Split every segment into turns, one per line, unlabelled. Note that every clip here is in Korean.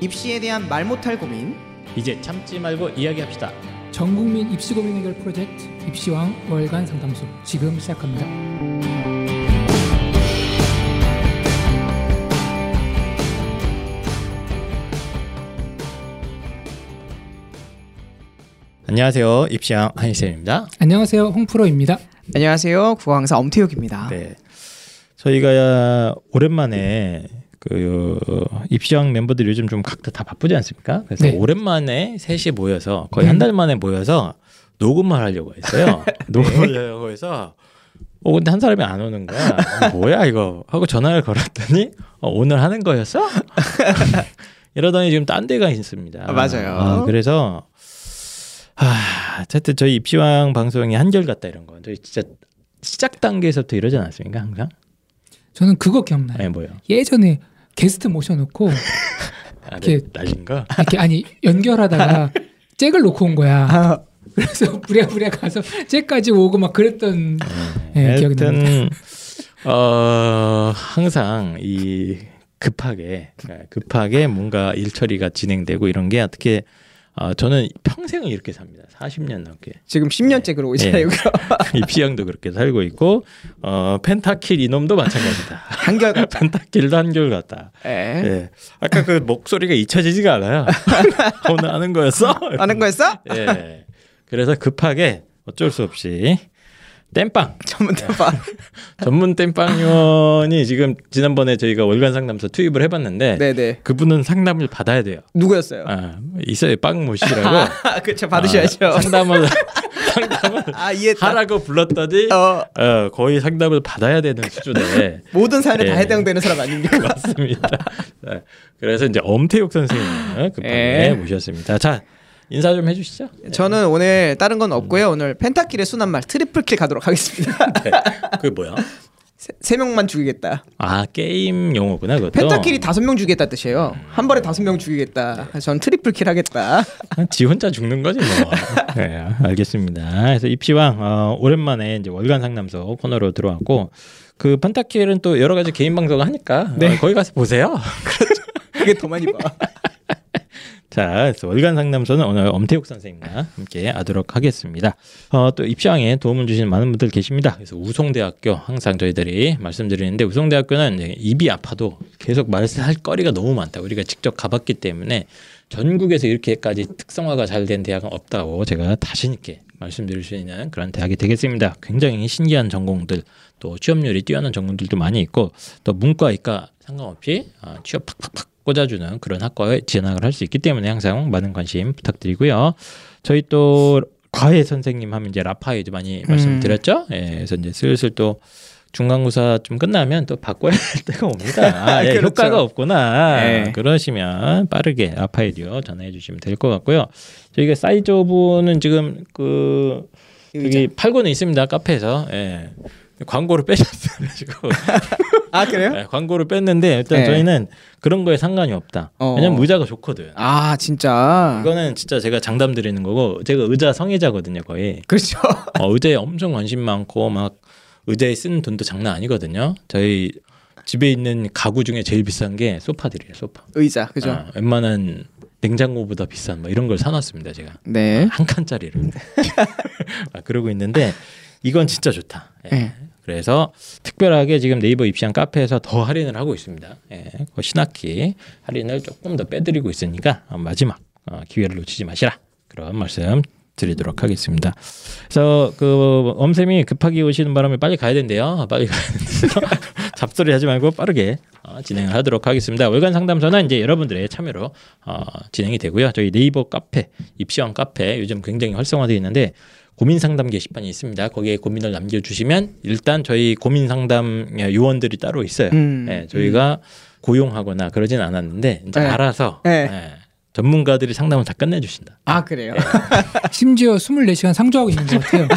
입시에 대한 말 못할 고민
이제 참지 말고 이야기합시다.
전국민 입시 고민 해결 프로젝트 입시왕 월간 상담소 지금 시작합니다.
안녕하세요. 입시왕 한희쌤입니다.
안녕하세요 홍프로입니다.
안녕하세요 국어강사 엄태욱입니다
네. 저희가 오랜만에 그 입시왕 멤버들 요즘 좀 각자 다 바쁘지 않습니까? 그래서
네.
오랜만에 셋이 모여서 거의 한 달 만에 모여서 녹음을 하려고 했어요. 녹음을 하려고 해서 어 근데 한 사람이 안 오는 거야. 어, 뭐야 이거 하고 전화를 걸었더니 어, 오늘 하는 거였어? 이러더니 지금 딴 데가 있습니다.
아, 맞아요.
아, 그래서 아, 어쨌든 저희 입시왕 방송이 한결같다 이런 건 저희 진짜 시작 단계에서부터 이러지 않았습니까 항상?
저는 그거 기억나요.
아니 뭐요?
예전에 게스트 모셔놓고
아,
이렇게-
날린가?
이렇게 아니 연결하다가 잭을 놓고 온 거야.
아,
그래서 부랴부랴 가서 잭까지 오고 막 그랬던 예, 기억이 납니다.
음. 하여튼 어, 항상 이 급하게 예, 급하게 뭔가 일 처리가 진행되고 이런 게 어떻게 어, 저는 평생을 이렇게 삽니다. 40년 넘게
지금 10년째 그러고 있잖아요 그럼.
입시양도 그렇게 살고 있고 어, 펜타킬 이놈도 마찬가지다.
한결같다
펜타킬도 한결같다.
네?
예.
예. 아까 그 목소리가 잊혀지지가 않아요. 오늘 하는 거였어?
아는 거였어?
예. 그래서 급하게 어쩔 수 없이 땜빵
전문 대박
전문 땜빵요원이 지금 지난번에 저희가 월간 상담소 투입을 해봤는데
네네
그분은 상담을 받아야 돼요.
누구였어요?
아, 있어요 빵모 씨라고
아 그쵸 받으셔야죠
아, 상담을 상담을
아 이해했다
하라고 불렀더니
어,
어, 거의 상담을 받아야 되는 수준에
모든 사연에 다
예.
해당되는 사람 아닙니까?
맞습니다. 네. 그래서 이제 엄태욱 선생님을 급하게
예.
모셨습니다. 자 인사 좀 해주시죠.
네. 저는 오늘 다른 건 없고요 오늘 펜타킬의 순한 말 트리플킬 가도록 하겠습니다
네. 그게 뭐야?
세, 세 명만 죽이겠다
아 게임 용어구나 그것도.
펜타킬이 다섯 명 죽이겠다 뜻이에요 한 번에 다섯 명 죽이겠다 그래서 전 트리플킬 하겠다
아, 지 혼자 죽는 거지 뭐. 네, 알겠습니다. 그래서 입시왕 어, 오랜만에 이제 월간 상담소 코너로 들어왔고 그 판타키엘은 또 여러 가지 개인 방송을 하니까 어, 거기 가서 보세요.
그게 더 많이 봐
자, 그래서 월간 상담소는 오늘 엄태욱 선생님과 함께 하도록 하겠습니다. 어, 또 입시왕에 도움을 주신 많은 분들 계십니다. 그래서 우송대학교 항상 저희들이 말씀드리는데 우송대학교는 이제 입이 아파도 계속 말할 거리가 너무 많다. 우리가 직접 가봤기 때문에 전국에서 이렇게까지 특성화가 잘 된 대학은 없다고 제가 자신 있게 말씀드릴 수 있는 그런 대학이 되겠습니다. 굉장히 신기한 전공들 또 취업률이 뛰어난 전공들도 많이 있고 또 문과 이과 상관없이 어, 취업 팍팍팍 꽂아주는 그런 학과에 진학을 할 수 있기 때문에 항상 많은 관심 부탁드리고요. 저희 또 과외 선생님 하면 이제
음.
라파이도 많이 말씀드렸죠. 예, 그래서 이제 슬슬 또 중간고사 좀 끝나면 또 바꿔야 할 때가 옵니다. 아, 예,
그렇죠.
효과가 없구나.
예.
그러시면 빠르게 라파이디오 전화해 주시면 될 것 같고요. 저희가 그 사이즈오브는 지금 그 여기 팔고는 있습니다 카페에서 예. 광고를 빼셨어요 지금.
아 그래요?
네, 광고를 뺐는데 일단
네.
저희는 그런 거에 상관이 없다.
어.
왜냐면 의자가 좋거든.
아 진짜
이거는 진짜 제가 장담 드리는 거고 제가 의자 성애자거든요 거의.
그렇죠
어, 의자에 엄청 관심 많고 막 의자에 쓰는 돈도 장난 아니거든요. 저희 집에 있는 가구 중에 제일 비싼 게 소파들이에요 소파.
의자 그죠?
어, 웬만한 냉장고보다 비싼 뭐 이런 걸 사놨습니다 제가.
네
한 칸짜리를 아, 그러고 있는데 이건 진짜 좋다. 예.
네.
그래서 특별하게 지금 네이버 입시한 카페에서 더 할인을 하고 있습니다. 예. 그 신학기 할인을 조금 더 빼드리고 있으니까 어, 마지막 어, 기회를 놓치지 마시라 그런 말씀 드리도록 하겠습니다. 그래서 그 엄쌤이 급하게 오시는 바람에 빨리 가야 된대요. 빨리 가야 된대요. 잡소리 하지 말고 빠르게 어, 진행을 하도록 하겠습니다. 월간 상담소는 이제 여러분들의 참여로 어, 진행이 되고요. 저희 네이버 카페 입시왕 카페 요즘 굉장히 활성화되어 있는데 고민 상담 게시판이 있습니다. 거기에 고민을 남겨주시면 일단 저희 고민 상담 예, 요원들이 따로 있어요.
음.
예, 저희가 고용하거나 그러진 않았는데 이제
네.
알아서
네.
예, 전문가들이 상담을 다 끝내주신다.
아 그래요?
심지어 24시간 상주하고 있는 것 같아요.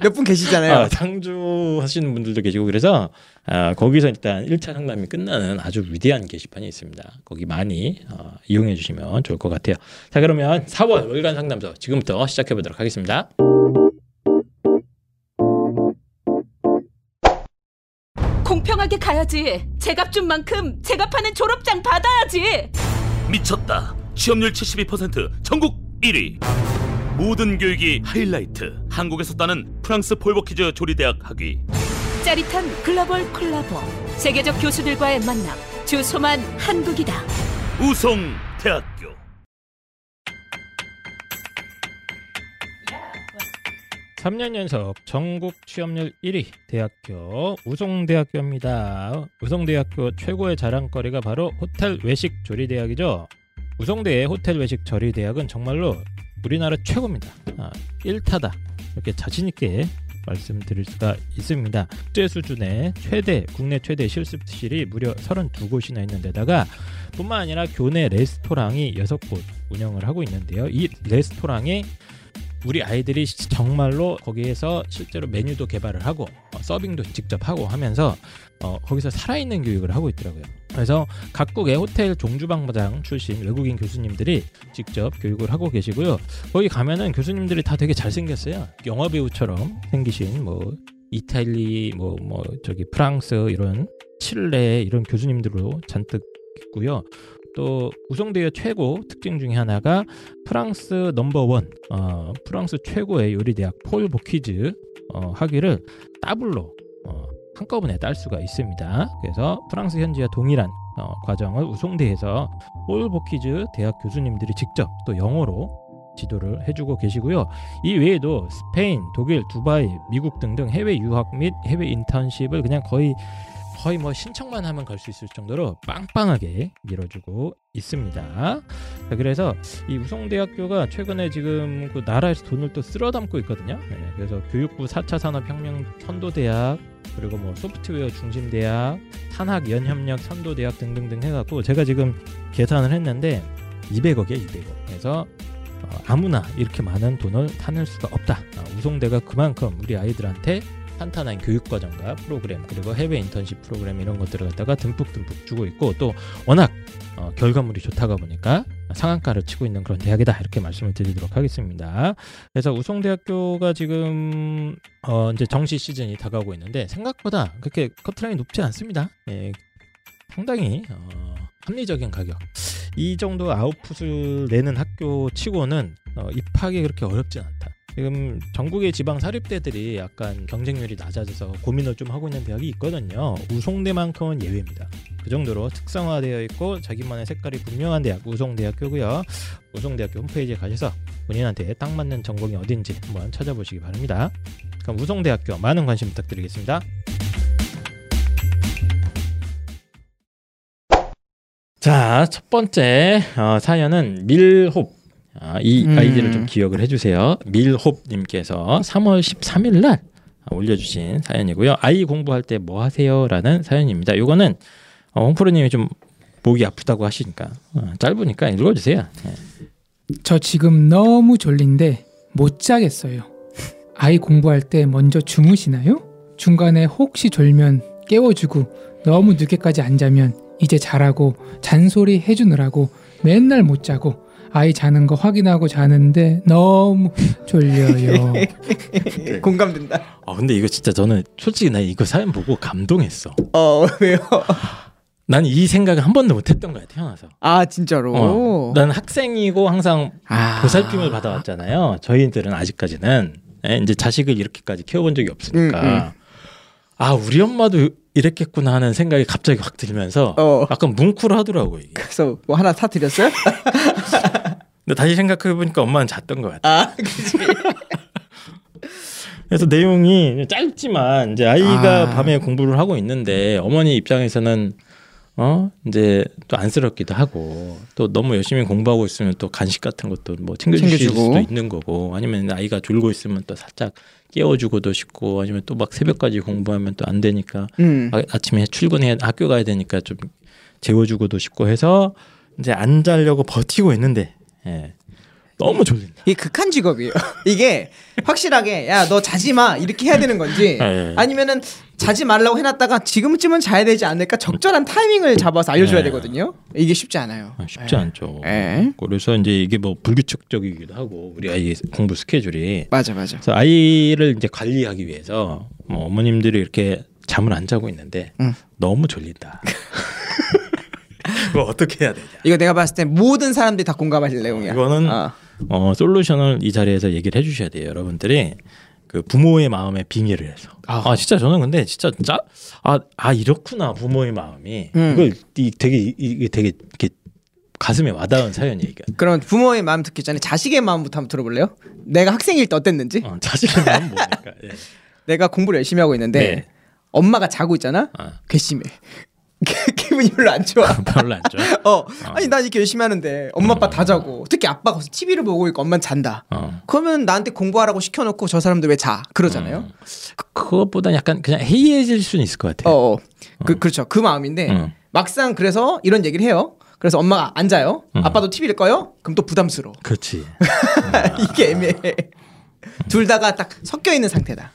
몇 분 계시잖아요
아, 상주 하시는 분들도 계시고 그래서 아, 거기서 일단 1차 상담이 끝나는 아주 위대한 게시판이 있습니다. 거기 많이 어, 이용해 주시면 좋을 것 같아요. 자 그러면 4월 월간 상담소 지금부터 시작해 보도록 하겠습니다.
공평하게 가야지. 제값 준 만큼 제가 파는 졸업장 받아야지. 미쳤다. 취업률 72% 전국 1위. 모든 교육이 하이라이트. 한국에서 따는 프랑스 폴버키즈 조리대학 학위.
짜릿한 글로벌 콜라보 세계적 교수들과의 만남 주소만 한국이다
우송 대학교.
삼 년 연속 전국 취업률 1위 대학교 우송대학교입니다. 우송대학교 최고의 자랑거리가 바로 호텔 외식 조리 대학이죠. 우송대의 호텔 외식 조리 대학은 정말로 우리나라 최고입니다. 아, 1타다 이렇게 자신 있게 말씀드릴 수가 있습니다. 국제 수준의 최대 국내 최대 실습실이 무려 32곳이나 있는 데다가 뿐만 아니라 교내 레스토랑이 6곳 운영을 하고 있는데요. 이 레스토랑에 우리 아이들이 시- 정말로 거기에서 실제로 메뉴도 개발을 하고 어, 서빙도 직접 하고 하면서 어, 거기서 살아있는 교육을 하고 있더라고요. 그래서 각국의 호텔 종주방장 출신 외국인 교수님들이 직접 교육을 하고 계시고요. 거기 가면은 교수님들이 다 되게 잘생겼어요. 영화 배우처럼 생기신 뭐 이탈리 뭐 뭐 저기 프랑스 이런 칠레 이런 교수님들로 잔뜩 있고요. 또 우성대의 최고 특징 중에 하나가 프랑스 넘버원 어, 프랑스 최고의 요리 대학 폴 보키즈 어, 학위를 따블로 어, 한꺼번에 딸 수가 있습니다. 그래서 프랑스 현지와 동일한 어, 과정을 우송대에서 폴 보키즈 대학 교수님들이 직접 또 영어로 지도를 해주고 계시고요. 이 외에도 스페인, 독일, 두바이, 미국 등등 해외 유학 및 해외 인턴십을 그냥 거의 거의 뭐 신청만 하면 갈 수 있을 정도로 빵빵하게 밀어주고 있습니다. 자, 그래서 이 우성대학교가 최근에 지금 그 나라에서 돈을 또 쓸어 담고 있거든요. 네, 그래서 교육부 4차 산업혁명 선도대학 그리고 뭐 소프트웨어 중심대학, 산학 연협력 선도대학 등등등 해갖고 제가 지금 계산을 했는데 200억에 200억. 그래서 어, 아무나 이렇게 많은 돈을 타낼 수가 없다. 아, 우성대가 그만큼 우리 아이들한테 탄탄한 교육 과정과 프로그램 그리고 해외 인턴십 프로그램 이런 것들을 갖다가 듬뿍듬뿍 주고 있고 또 워낙 어, 결과물이 좋다가 보니까 상한가를 치고 있는 그런 대학이다 이렇게 말씀을 드리도록 하겠습니다. 그래서 우송대학교가 지금 어, 이제 정시 시즌이 다가오고 있는데 생각보다 그렇게 커트라인이 높지 않습니다. 예, 상당히 어, 합리적인 가격. 이 정도 아웃풋을 내는 학교 치고는 어, 입학이 그렇게 어렵진 않다. 지금 전국의 지방 사립대들이 약간 경쟁률이 낮아져서 고민을 좀 하고 있는 대학이 있거든요. 우송대만큼은 예외입니다. 그 정도로 특성화되어 있고 자기만의 색깔이 분명한 대학 우송대학교고요. 우송대학교 홈페이지에 가셔서 본인한테 딱 맞는 전공이 어딘지 한번 찾아보시기 바랍니다. 그럼 우송대학교 많은 관심 부탁드리겠습니다. 자, 첫 번째 어, 사연은 밀홉. 아, 이
음.
아이디를 좀 기억을 해주세요. 밀홉님께서 3월 13일 날 올려주신 사연이고요. 아이 공부할 때 뭐 하세요?라는 사연입니다. 요거는 어, 홍프로님이 좀 목이 아프다고 하시니까 어, 짧으니까 읽어주세요. 네.
저 지금 너무 졸린데 못 자겠어요. 아이 공부할 때 먼저 주무시나요? 중간에 혹시 졸면 깨워주고 너무 늦게까지 안 자면 이제 자라고 잔소리 해주느라고 맨날 못 자고 아이 자는 거 확인하고 자는데 너무 졸려요.
네. 공감된다.
아 근데 이거 진짜 저는 솔직히 나 이거 사연 보고 감동했어.
어 왜요?
난 이 생각을 한 번도 못했던 거야 태어나서.
아 진짜로.
어,
네.
난 학생이고 항상
아.
보살핌을 받아왔잖아요. 저희들은 아직까지는 예, 이제 자식을 이렇게까지 키워본 적이 없으니까
음, 음.
아 우리 엄마도 이랬겠구나 하는 생각이 갑자기 확 들면서
어.
약간 뭉클하더라고 이게.
그래서 뭐 하나 사 드렸어요?
근데 다시 생각해 보니까 엄마는 잤던 것 같아.
아 그치.
그래서 내용이 짧지만 이제 아이가
아.
밤에 공부를 하고 있는데 어머니 입장에서는 어 이제 또 안쓰럽기도 하고 또 너무 열심히 공부하고 있으면 또 간식 같은 것도 뭐 챙겨주실
챙겨주고.
수도 있는 거고 아니면 아이가 졸고 있으면 또 살짝 깨워주고도 싶고 아니면 또 막 새벽까지 공부하면 또 안 되니까
음.
아, 아침에 출근해 학교 가야 되니까 좀 재워주고도 싶고 해서 이제 안 자려고 버티고 있는데 예. 너무 졸린다.
이게 극한 직업이에요. 이게 확실하게 야 너 자지 마 이렇게 해야 되는 건지
아, 예, 예.
아니면은 자지 말라고 해놨다가 지금쯤은 자야 되지 않을까 적절한 타이밍을 잡아서 알려줘야
예.
되거든요. 이게 쉽지 네. 않아요.
아, 쉽지
예.
않죠.
예.
그래서 이제 이게 뭐 불규칙적이기도 하고 우리 아이 공부 스케줄이
맞아 맞아.
그래서 아이를 이제 관리하기 위해서 뭐 어머님들이 이렇게 잠을 안 자고 있는데
응.
너무 졸린다. 이거 어떻게 해야 되냐?
이거 내가 봤을 때 모든 사람들이 다 공감하실 내용이야.
이거는
아,
어, 솔루션을 이 자리에서 얘기를 해주셔야 돼요, 여러분들이. 그 부모의 마음에 빙의를 해서. 아, 진짜 저는 근데 진짜 짜, 아, 아 이렇구나 부모의 마음이.
음.
이걸 이, 되게 이- 이게 되게 이렇게 가슴에 와닿은 사연 얘기가.
그럼 부모의 마음 듣기 전에 자식의 마음부터 한번 들어볼래요? 내가 학생일 때 어땠는지?
어, 자식의 마음 뭡니까? 예.
내가 공부를 열심히 하고 있는데
네.
엄마가 자고 있잖아.
아.
괘씸해. 기분이 별로 안 좋아.
별로 안 좋아.
어, 아니 난 이렇게 열심히 하는데 엄마 아빠 다 자고 특히 아빠 가서 TV를 보고 있고 엄만 잔다.
어.
그러면 나한테 공부하라고 시켜놓고 저 사람들 왜 자? 그러잖아요.
그- 그것보다 약간 그냥 해이해질 수는 있을 것
어,
같아요.
어. 그 그렇죠. 그 마음인데
음.
막상 그래서 이런 얘기를 해요. 그래서 엄마가 안 자요. 아빠도 TV를 꺼요. 그럼 또 부담스러워.
그렇지.
이게 애매해. 둘 다가 딱 섞여 있는 상태다.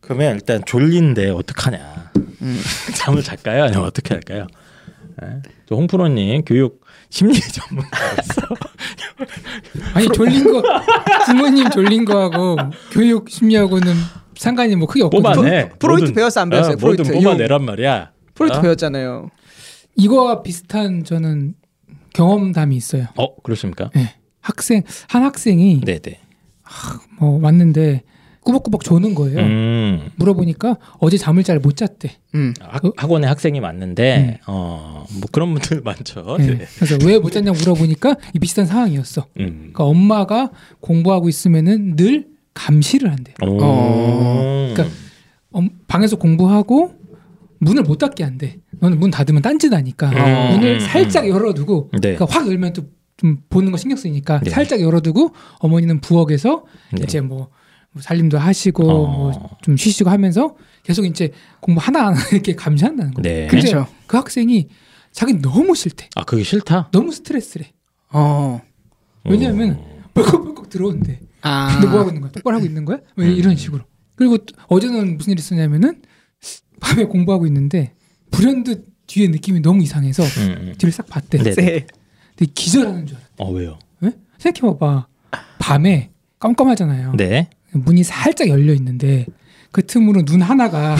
그러면 일단 졸린데 어떡하냐.
음.
잠을 잘까요? 아니면 어떻게 할까요? 예. 저 홍프로님 교육 심리 전문가로서
아니 졸린 거 부모님 졸린 거하고 교육 심리하고는 상관이 뭐 크게 없거든요.
뽑아내.
프로- 프로이트
뭐든-
배웠어, 안 배웠어요?
어, 뭐든
프로이트.
뽑아내란 말이야.
프로이트
어?
배웠잖아요.
이거와 비슷한 저는 경험담이 있어요.
어 그렇습니까?
예. 학생 한 학생이
네네.
뭐 왔는데 꾸벅꾸벅 조는 거예요.
음
물어보니까 어제 잠을 잘 못 잤대.
음.
학, 학원에 학생이 많는데 어뭐 그런 분들 많죠.
예.
네.
그래서 왜 못 잤냐 고 물어보니까 이 비슷한 상황이었어.
음.
그러니까 엄마가 공부하고 있으면은 늘 감시를 한대요.
오.
어.
그러니까
음.
엄- 방에서 공부하고 문을 못 닫게 한대. 너는 문 닫으면 딴짓하니까
음,
문을
음,
살짝 열어두고
네.
그러니까 확 열면 또 좀 보는 거 신경 쓰니까
네.
살짝 열어두고 어머니는 부엌에서
네.
이제 뭐, 뭐 살림도 하시고
어.
뭐 좀 쉬시고 하면서 계속 이제 공부 하나 하나 이렇게 감시한다는 거예요.
네.
근데
그렇죠.
그 학생이 자기 너무 싫대.
아 그게 싫다.
너무 스트레스래.
어.
왜냐하면 벌컥벌컥 들어온대.
아.
근데 뭐 하고 있는 거야? 똑바로 하고 있는 거야? 왜
음.
이런 식으로. 그리고 또 어제는 무슨 일이 있었냐면은 밤에 공부하고 있는데 불현듯 뒤에 느낌이 너무 이상해서
음, 음.
뒤를 싹 봤대.
네.
세.
근데 기절하는 줄 알았대.
어 왜요?
왜? 생각해봐봐. 밤에
어.
깜깜하잖아요.
네.
문이 살짝 열려 있는데 그 틈으로 눈 하나가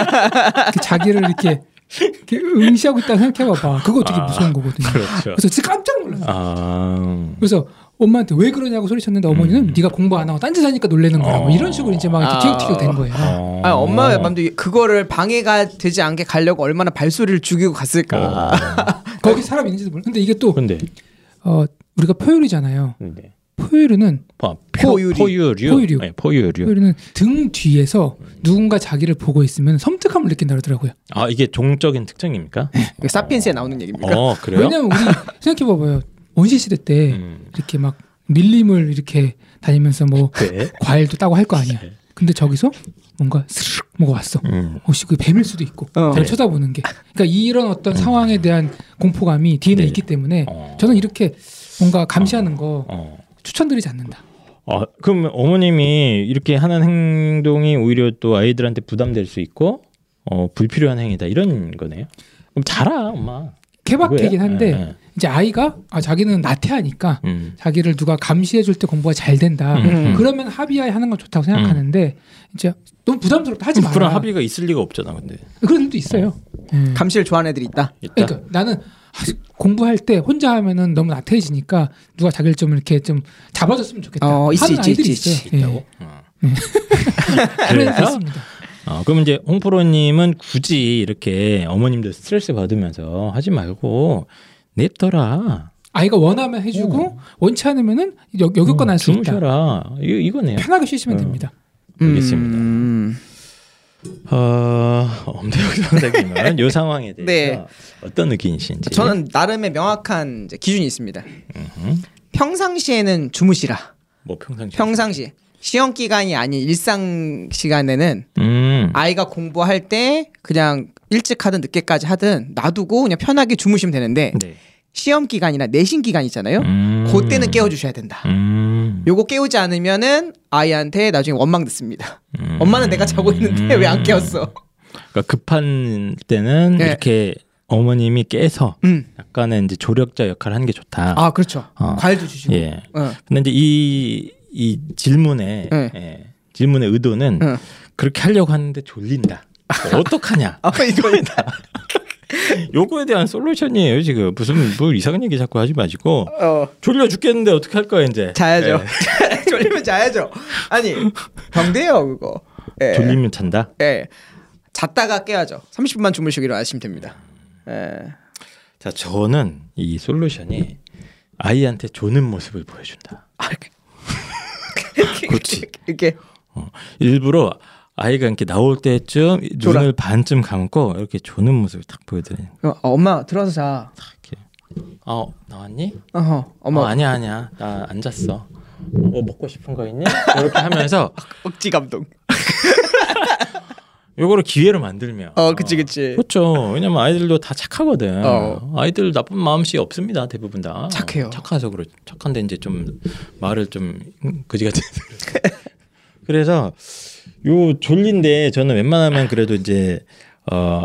이렇게 자기를 이렇게, 이렇게 응시하고 있다고 생각해봐봐. 그거 되게
아,
무서운 거거든요.
그렇죠.
그래서 진짜 깜짝 놀랐어.
아
그래서 엄마한테 왜 그러냐고 소리쳤는데
음.
어머니는 네가 공부 안 하고 딴짓 하니까 놀래는 거야. 뭐 이런 식으로 이제 막 이렇게
아.
튀격튀격 된 거예요.
어.
아 엄마의 마음도 그거를 방해가 되지 않게 가려고 얼마나 발소리를 죽이고 갔을까.
아.
거기 사람 있는지도 몰라. 근데 이게 또
근데
어, 우리가 포유류잖아요.
네.
포유류는
아,
포유류.
포유류.
포유류.
네, 포유류.
포유류는 등 뒤에서 누군가 자기를 보고 있으면 섬뜩함을 느낀다 그러더라고요.
아 이게 종적인 특징입니까?
이거 사피엔스에 나오는 얘기입니까?
어 그래요?
왜냐면 우리 생각해 봐봐요. 원시 시대 때
음.
이렇게 막 밀림을 이렇게 다니면서 뭐
네.
과일도 따고 할 거 아니야.
예.
근데 저기서 뭔가 스르륵 뭐가 왔어.
음.
혹시 그 뱀일 수도 있고
어.
네.
저를 쳐다보는 게 그러니까 이런 어떤 상황에 대한 공포감이
음.
뒤에는
네.
있기 때문에
어.
저는 이렇게 뭔가 감시하는 거
어.
추천드리지 않는다.
아, 그럼 어머님이 이렇게 하는 행동이 오히려 또 아이들한테 부담될 수 있고 어, 불필요한 행위다 이런 거네요. 그럼 자라 엄마.
케바케긴
그거야?
한데
예, 예.
이제 아이가 아 자기는 나태하니까
음.
자기를 누가 감시해 줄 때 공부가 잘 된다.
음.
그러면 합의하에 하는 건 좋다고 생각하는데 이제 너무 부담스럽다 하지 마라.
그런 합의가 있을 리가 없잖아, 근데.
그런 일도 있어요. 예.
감시를 좋아하는 애들이 있다.
있다.
그러니까 나는 아, 공부할 때 혼자 하면은 너무 나태해지니까 누가 자기를 좀 이렇게 좀 잡아줬으면 좋겠다.
어, 있지,
하는
있지,
아이들이
있지,
있어요. 예.
있다고? 어.
그러니까 그런 게
그래서?
있습니다.
어, 그럼 이제 홍프로님은 굳이 이렇게 어머님들 스트레스 받으면서 하지 말고 냅둬라.
아이가 원하면 해주고 원치 않으면은 역, 역효과
어,
날 수 있다.
주무셔라. 이, 이거네요.
편하게 쉬시면
어.
됩니다.
알겠습니다.
음.
어, 엄대혁 선생님은 이 상황에 대해서
네.
어떤 느낌이신지.
저는 나름의 명확한 이제 기준이 있습니다. 평상시에는 주무시라.
뭐 평상시
평상시 시험 기간이 아닌 일상 시간에는
음.
아이가 공부할 때 그냥 일찍 하든 늦게까지 하든 놔두고 그냥 편하게 주무시면 되는데
네.
시험 기간이나 내신 기간 있잖아요.
음.
그때는 깨워주셔야 된다.
음.
요거 깨우지 않으면은 아이한테 나중에 원망 듣습니다.
음.
엄마는 내가 자고 있는데 왜 안 깨웠어?
그러니까 급한 때는
네.
이렇게 어머님이 깨서
음.
약간의 이제 조력자 역할을 하는 게 좋다.
아 그렇죠.
어.
과일도 주시고.
예.
어.
근데 이제 이, 이 질문의
네.
예, 질문의 의도는
응.
아, 그렇게 하려고 하는데 졸린다. 어떡하냐?
아 이거
뭐 요거에 대한 솔루션이에요 지금 무슨 뭐 이상한 얘기 자꾸 하지 마시고
어.
졸려 죽겠는데 어떻게 할 거야 이제
자야죠.
예.
졸리면 자야죠. 아니 병돼요 그거. 예.
졸리면 잔다
예. 잤다가 깨야죠. 30분만 주무시고 일어나시면 됩니다. 예.
자 저는 이 솔루션이 아이한테 조는 모습을 보여준다
아, 이렇게. 이렇게
어, 일부러 아이가 이렇게 나올 때쯤
졸아.
눈을 반쯤 감고 이렇게 조는 모습을 딱 보여드리는
어, 엄마 들어서 자.
딱 이렇게 어 나왔니?
어허.
어머
엄마
아니야 아니야 나 안 잤어 뭐 먹고 싶은 거 있니? 이렇게 하면서
억지 감동.
요거를 기회로 만들면
어, 그치 그치.
그렇죠. 왜냐면 아이들도 다 착하거든.
어.
아이들 나쁜 마음씨 없습니다. 대부분 다
착해요.
착해서 그렇. 착한데 이제 좀 말을 좀 그지같이. 그래서 요 졸린데 저는 웬만하면 그래도 이제 어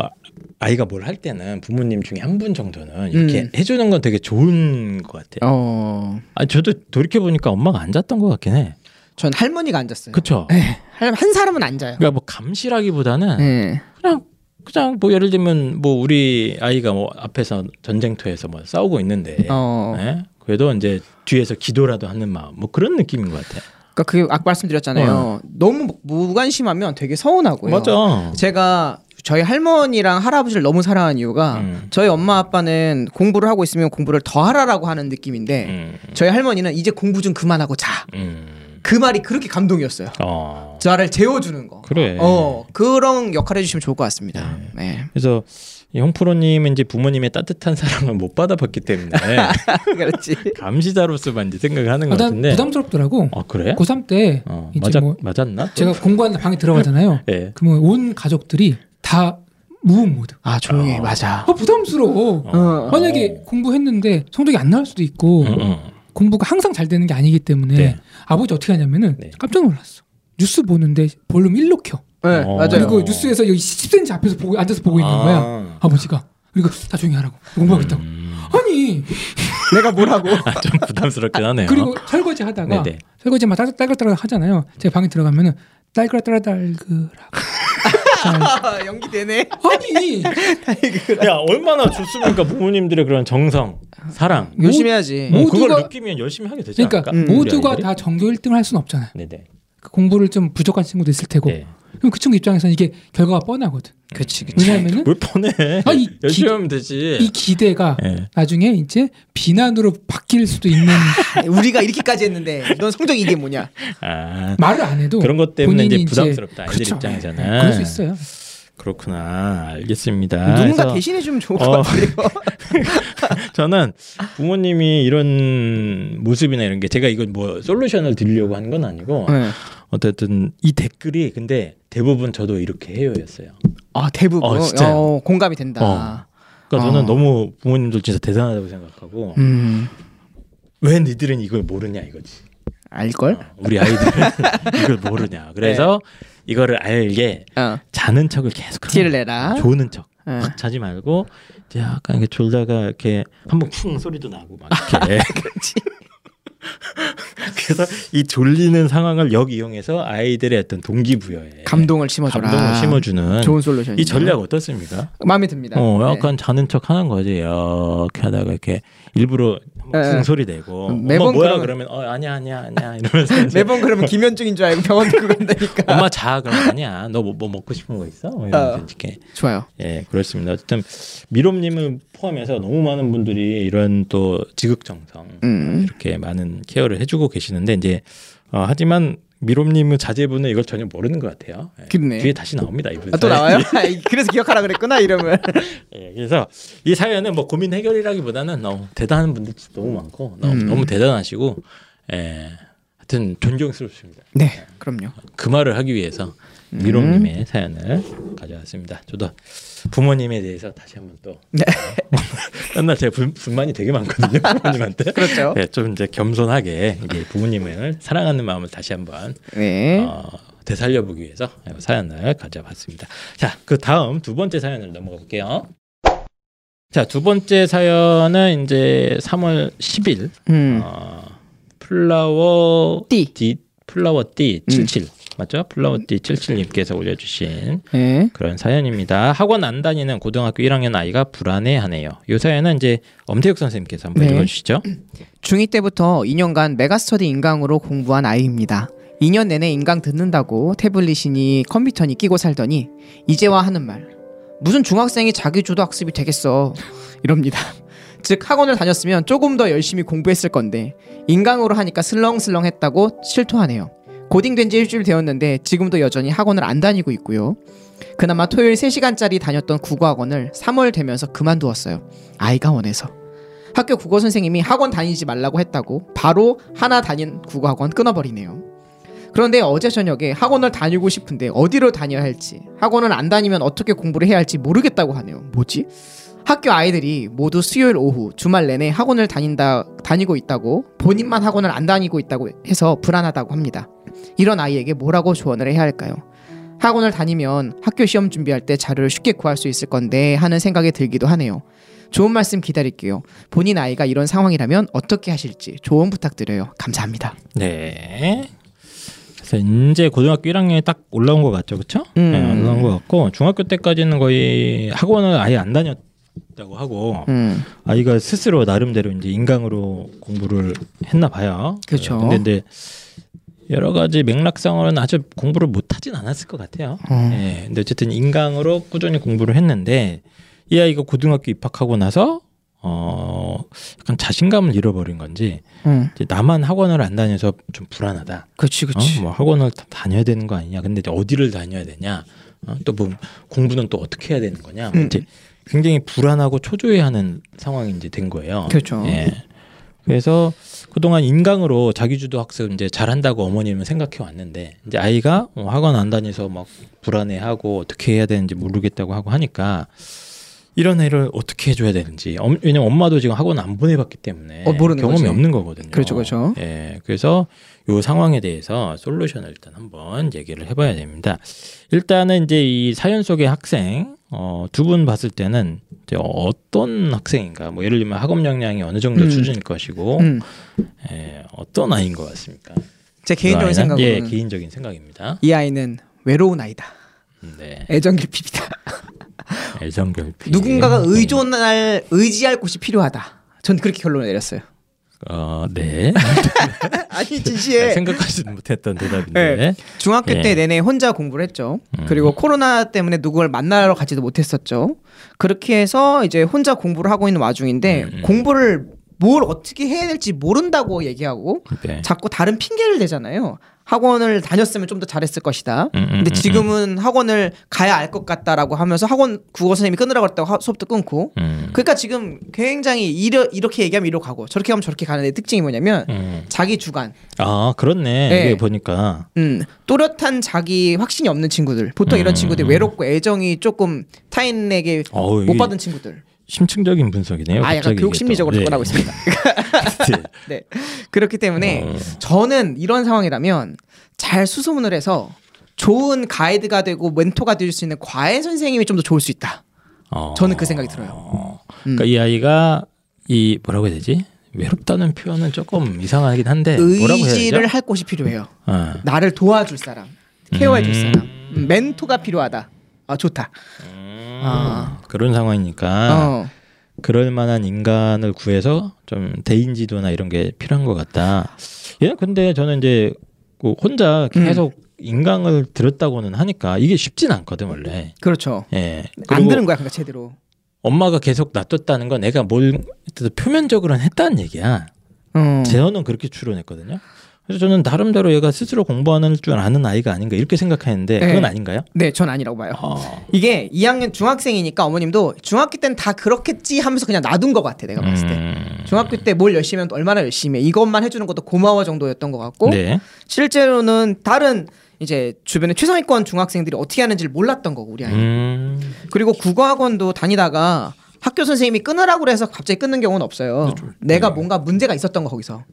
아이가 뭘 할 때는 부모님 중에 한 분 정도는 이렇게
음.
해주는 건 되게 좋은 것 같아요.
어.
아 저도 돌이켜 보니까 엄마가 안 잤던 것 같긴 해.
전 할머니가 앉았어요. 예.
그렇죠.
할- 한 사람은 앉아요.
그러니까 뭐 감시라기보다는
예.
그냥 그냥 뭐 예를 들면 뭐 우리 아이가 뭐 앞에서 전쟁터에서 뭐 싸우고 있는데
어.
예? 그래도 이제 뒤에서 기도라도 하는 마음 뭐 그런 느낌인 것 같아.
그러니까 그게 아까 말씀드렸잖아요. 너무 무관심하면 되게 서운하고요.
어. 맞아.
제가 저희 할머니랑 할아버지를 너무 사랑한 이유가
음.
저희 엄마 아빠는 공부를 하고 있으면 공부를 더 하라라고 하는 느낌인데
음,
저희 할머니는 이제 공부 좀 그만하고 자.
음.
그 말이 그렇게 감동이었어요.
어.
저를 재워주는 거.
그래.
어 그런 역할 해주시면 좋을 것 같습니다. 네.
그래서 이 홍프로님은 이제 부모님의 따뜻한 사랑을 못 받아봤기 때문에
네. 그렇지.
감시자로서만 이제 생각하는
아,
것
난
같은데.
부담스럽더라고.
네, 아 그래?
고3 때
어,
이제
맞아
뭐
맞았나? 또?
제가 공부하는 방에 들어가잖아요.
예.
그러면 온 가족들이 다 무음 모드.
아 조용히
어.
해, 맞아.
아 부담스러워.
어.
만약에 공부했는데 성적이 안 나올 수도 있고
응, 응.
공부가 항상 잘 되는 게 아니기 때문에
음, 네.
아버지 어떻게 하냐면은
네.
깜짝 놀랐어. 뉴스 보는데 볼륨 1로 켜.
네,
어.
맞아요.
그리고 뉴스에서 여기 10cm 앞에서 보고 앉아서 보고 있는 거야.
아.
아버지가. 그리고 다 조용히 하라고. 공부하고 있다고.
음.
아니.
네. 내가 뭐라고?
아, 좀 부담스럽긴 하네요.
그리고 설거지 하다가
네네.
설거지 막 딸그락 딸그락 하잖아요. 제 방에 들어가면은 딸그락 딸그락 딸그락.
연기되네.
아니.
야 얼마나 좋습니까 부모님들의 그런 정성 사랑
열심히 해야지.
뭐
모두가-
그걸 느끼면 열심히 하게 되지
그러니까
않을까 우리
모두가
아이들이?
다 전교 1등을 할 수는 없잖아요.
네네
그 공부를 좀 부족한 친구도 있을 테고.
네.
그럼 그 친구 입장에서는 이게 결과가 뻔하거든.
그렇지 그렇지.
왜냐하면은
뭘 뻔해
아, 이
열심히
기-
하면 되지
이 기대가
네.
예.
나중에 이제 비난으로 바뀔 수도 있는
아, 우리가 이렇게까지 했는데 넌 성적이 이게 뭐냐?
아
말을 안 해도
그런 것 때문에
본인이
이제 부담스럽다 아이들
그렇죠.
입장에서는
예, 그럴 수 있어요.
그렇구나 알겠습니다
누군가
아, 그래서
대신해 주면 좋을
어.
것 같아요.
저는 부모님이 이런 모습이나 이런 게 제가 이건 뭐 솔루션을 드리려고 한 건 아니고
네.
어쨌든 이 댓글이 근데 대부분 저도 이렇게 해요였어요
아 대부분
어, 진짜요?
어, 공감이 된다.
그러니까 저는
아.
어.
너무 부모님들 진짜 대단하다고 생각하고
음
왜 니들은 이걸 모르냐 이거지.
알걸?
우리 아이들은 이걸 모르냐. 그래서 이거를 알게
어.
자는 척을 계속
네. 티를 내라.
조는 척.
예.
확 자지 말고 이제 약간 이렇게 졸다가 이렇게 한번 쿵 소리도 나고 막
아,
이렇게. 그래서 이 졸리는 상황을 역 이용해서 아이들의 어떤 동기부여에
감동을 심어줘라.
감동을 심어주는
좋은 솔루션.
이 전략 어떻습니까?
마음에 듭니다.
어,
네.
약간 자는 척 하는 거지. 이렇게 하다가 이렇게 일부러
예.
쿵 소리 내고
음,
엄마
매번
뭐야
그러면-
그러면 어 아니야 아니야 아니야 이러면서 이제
매번 그러면 김현중인 줄 알고 병원 들고 간다니까.
엄마 자 그러면 아니야 너 뭐 먹고 싶은 거 있어? 뭐 이러면서 이렇게
좋아요.
예 그렇습니다. 어쨌든 미롬님을 포함해서 너무 많은 분들이 이런 또 지극정성
음.
이렇게 많은 케어를 해주고 계시는데 이제 어, 하지만 미롬님은 자제분은 이걸 전혀 모르는 것 같아요. 예.
그렇네.
뒤에 다시 나옵니다 이분
아, 또
사연이.
나와요? 그래서 기억하라 그랬구나 이름을.
예, 그래서 이 사연은 뭐 고민 해결이라기보다는 너무 대단한 분들 진짜 너무 많고 너무,
음.
너무 대단하시고 예, 하여튼 존경스럽습니다.
네, 그럼요.
그 말을 하기 위해서 미롬님의 사연을 가져왔습니다. 저도 부모님에 대해서 다시 한번 또 어,
네.
맨날 제가 분, 분만이 되게 많거든요 부모님한테.
그렇죠.
예, 좀 이제 겸손하게 이제 부모님을 사랑하는 마음을 다시 한번
네.
어, 되살려보기 위해서 사연을 가져봤습니다. 자, 그 다음 두 번째 사연을 넘어가 볼게요. 자, 두 번째 사연은 이제 3월 10일
음.
어, 플라워
띠.
디 플라워 띠
음.
77 맞죠? 플라우디 77님께서 올려주신
예.
그런 사연입니다. 학원 안 다니는 고등학교 1학년 아이가 불안해하네요. 요 사연은 이제 엄태욱 선생님께서 한번
네.
읽어주시죠.
중2 때부터 2년간 메가스터디 인강으로 공부한 아이입니다. 2년 내내 인강 듣는다고 태블릿이니 컴퓨터니 끼고 살더니 이제와 하는 말 무슨 중학생이 자기 주도 학습이 되겠어 이럽니다. 즉 학원을 다녔으면 조금 더 열심히 공부했을 건데 인강으로 하니까 슬렁슬렁했다고 실토하네요. 고딩된 지 일주일 되었는데 지금도 여전히 학원을 안 다니고 있고요. 그나마 토요일 3시간짜리 다녔던 국어학원을 3월 되면서 그만두었어요. 아이가 원해서. 학교 국어 선생님이 학원 다니지 말라고 했다고 바로 하나 다닌 국어 학원 끊어버리네요. 그런데 어제 저녁에 학원을 다니고 싶은데 어디로 다녀야 할지 학원을 안 다니면 어떻게 공부를 해야 할지 모르겠다고 하네요. 뭐지? 학교 아이들이 모두 수요일 오후 주말 내내 학원을 다닌다 다니고 있다고 본인만 학원을 안 다니고 있다고 해서 불안하다고 합니다. 이런 아이에게 뭐라고 조언을 해야 할까요? 학원을 다니면 학교 시험 준비할 때 자료를 쉽게 구할 수 있을 건데 하는 생각이 들기도 하네요. 좋은 말씀 기다릴게요. 본인 아이가 이런 상황이라면 어떻게 하실지 조언 부탁드려요. 감사합니다.
네. 그래서 이제 고등학교 1학년에 딱 올라온 것 같죠, 그렇죠?
음.
올라온 것 같고 중학교 때까지는 거의 학원을 아예 안 다녔다고 하고
음,
아이가 스스로 나름대로 이제 인강으로 공부를 했나 봐요.
그쵸.
어, 근데 이제 여러 가지 맥락상으로는 아주 공부를 못 하진 않았을 것 같아요.
어.
예. 근데 어쨌든 인강으로 꾸준히 공부를 했는데 이 아이가 고등학교 입학하고 나서 어 약간 자신감을 잃어버린 건지
음,
이제 나만 학원을 안 다녀서 좀 불안하다.
그렇지,
어? 뭐 학원을 다- 다녀야 되는 거 아니냐. 근데 이제 어디를 다녀야 되냐. 어? 또뭐 공부는 또 어떻게 해야 되는 거냐. 뭐
음.
이제 굉장히 불안하고 초조해하는 상황이 이제 된 거예요.
그렇죠.
예. 그래서 그동안 인강으로 자기주도 학습 이제 잘한다고 어머님은 생각해 왔는데 이제 아이가 어, 학원 안 다녀서 막 불안해하고 어떻게 해야 되는지 모르겠다고 하고 하니까 이런 애를 어떻게 해줘야 되는지 엄- 왜냐면 엄마도 지금 학원 안 보내봤기 때문에
어, 모르는
경험이
거지.
없는 거거든요.
그렇죠, 그렇죠.
예, 그래서 요 상황에 대해서 솔루션을 일단 한번 얘기를 해봐야 됩니다. 일단은 이제 이 사연 속의 학생 어, 두 분 봤을 때는 이제 어떤 학생인가? 뭐 예를 들면 학업 역량이 어느 정도
음.
수준일 것이고
음,
예, 어떤 아이인 것 같습니까?
제 개인적인
그 아이는?
생각으로는
예, 개인적인 생각입니다.
이 아이는 외로운 아이다.
네,
애정 결핍이다.
애정 결핍.
누군가가
네.
의존할 의지할 곳이 필요하다. 전 그렇게 결론을 내렸어요.
어, 네.
아니 진시에
생각하지는 못했던 대답인데.
네. 중학교
예. 음.
때 내내 혼자 공부를 했죠. 그리고 코로나 때문에 누구를 만나러 가지도 못했었죠. 그렇게 해서 이제 혼자 공부를 하고 있는
음,
와중인데 공부를 뭘 어떻게 해야 될지 모른다고 얘기하고
네.
자꾸 다른 핑계를 대잖아요. 학원을 다녔으면 좀 더 잘했을 것이다.
음, 음,
근데
음,
지금은 학원을 가야 알 것 같다라고 하면서 학원 국어 선생님이 끊으라고 했다고 하- 수업도 끊고.
음.
그러니까 지금 굉장히 이러, 이렇게 얘기하면 이로 가고 저렇게 하면 저렇게 가는데 특징이 뭐냐면
음.
자기 주관,
아, 그렇네.
네.
이게 보니까
음, 또렷한 자기 확신이 없는 친구들. 보통 이런 친구들이 외롭고 애정이 조금 타인에게
음. 어우,
못
이게
받은 친구들.
심층적인 분석이네요.
아, 약간
갑자기
교육
이게 또.
심리적으로 접근하고 있습니다.
네.
네. 그렇기 때문에
어.
저는 이런 상황이라면 잘 수소문을 해서 좋은 가이드가 되고 멘토가 될 수 있는 과외 선생님이 좀 더 좋을 수 있다.
어.
저는 음. 그 생각이 들어요.
어. 그러니까 이 아이가 이 뭐라고 해야 되지? 외롭다는 표현은 조금 이상하긴 한데 네, 뭐라고 해야
의지를
되죠?
할 곳이 필요해요.
어.
나를 도와줄 사람, 케어해 줄 사람, 음, 멘토가 필요하다. 아 좋다. 아.
그런 상황이니까
어.
그럴 만한 인간을 구해서 좀 대인지도나 이런 게 필요한 것 같다. 예, 근데 저는 이제 그 혼자
음.
계속 인강을 들었다고는 하니까 이게 쉽진 않거든 원래.
그렇죠.
예.
안
그리고
드는 거야, 그러니까 제대로.
엄마가 계속 놔뒀다는 건 내가 뭘 표면적으로는 했다는 얘기야.
어.
재현은 그렇게 추론했거든요. 그래서 저는 나름대로 얘가 스스로 공부하는 줄 아는 아이가 아닌가 이렇게 생각했는데
네.
그건 아닌가요?
네, 전 아니라고 봐요.
어.
이게 2학년 중학생이니까 어머님도 중학교 때는 다 그렇겠지 하면서 그냥 놔둔 것 같아 내가 봤을 때.
음.
중학교 때 뭘 열심히 하면 얼마나 열심히 해. 이것만 해주는 것도 고마워 정도였던 것 같고
네.
실제로는 다른 이제 주변에 최상위권 중학생들이 어떻게 하는지를 몰랐던 거고 우리 아이. 는
음.
그리고 국어학원도 다니다가 학교 선생님이 끊으라고 해서 갑자기 끊는 경우는 없어요. 내가
네.
뭔가 문제가 있었던 거 거기서.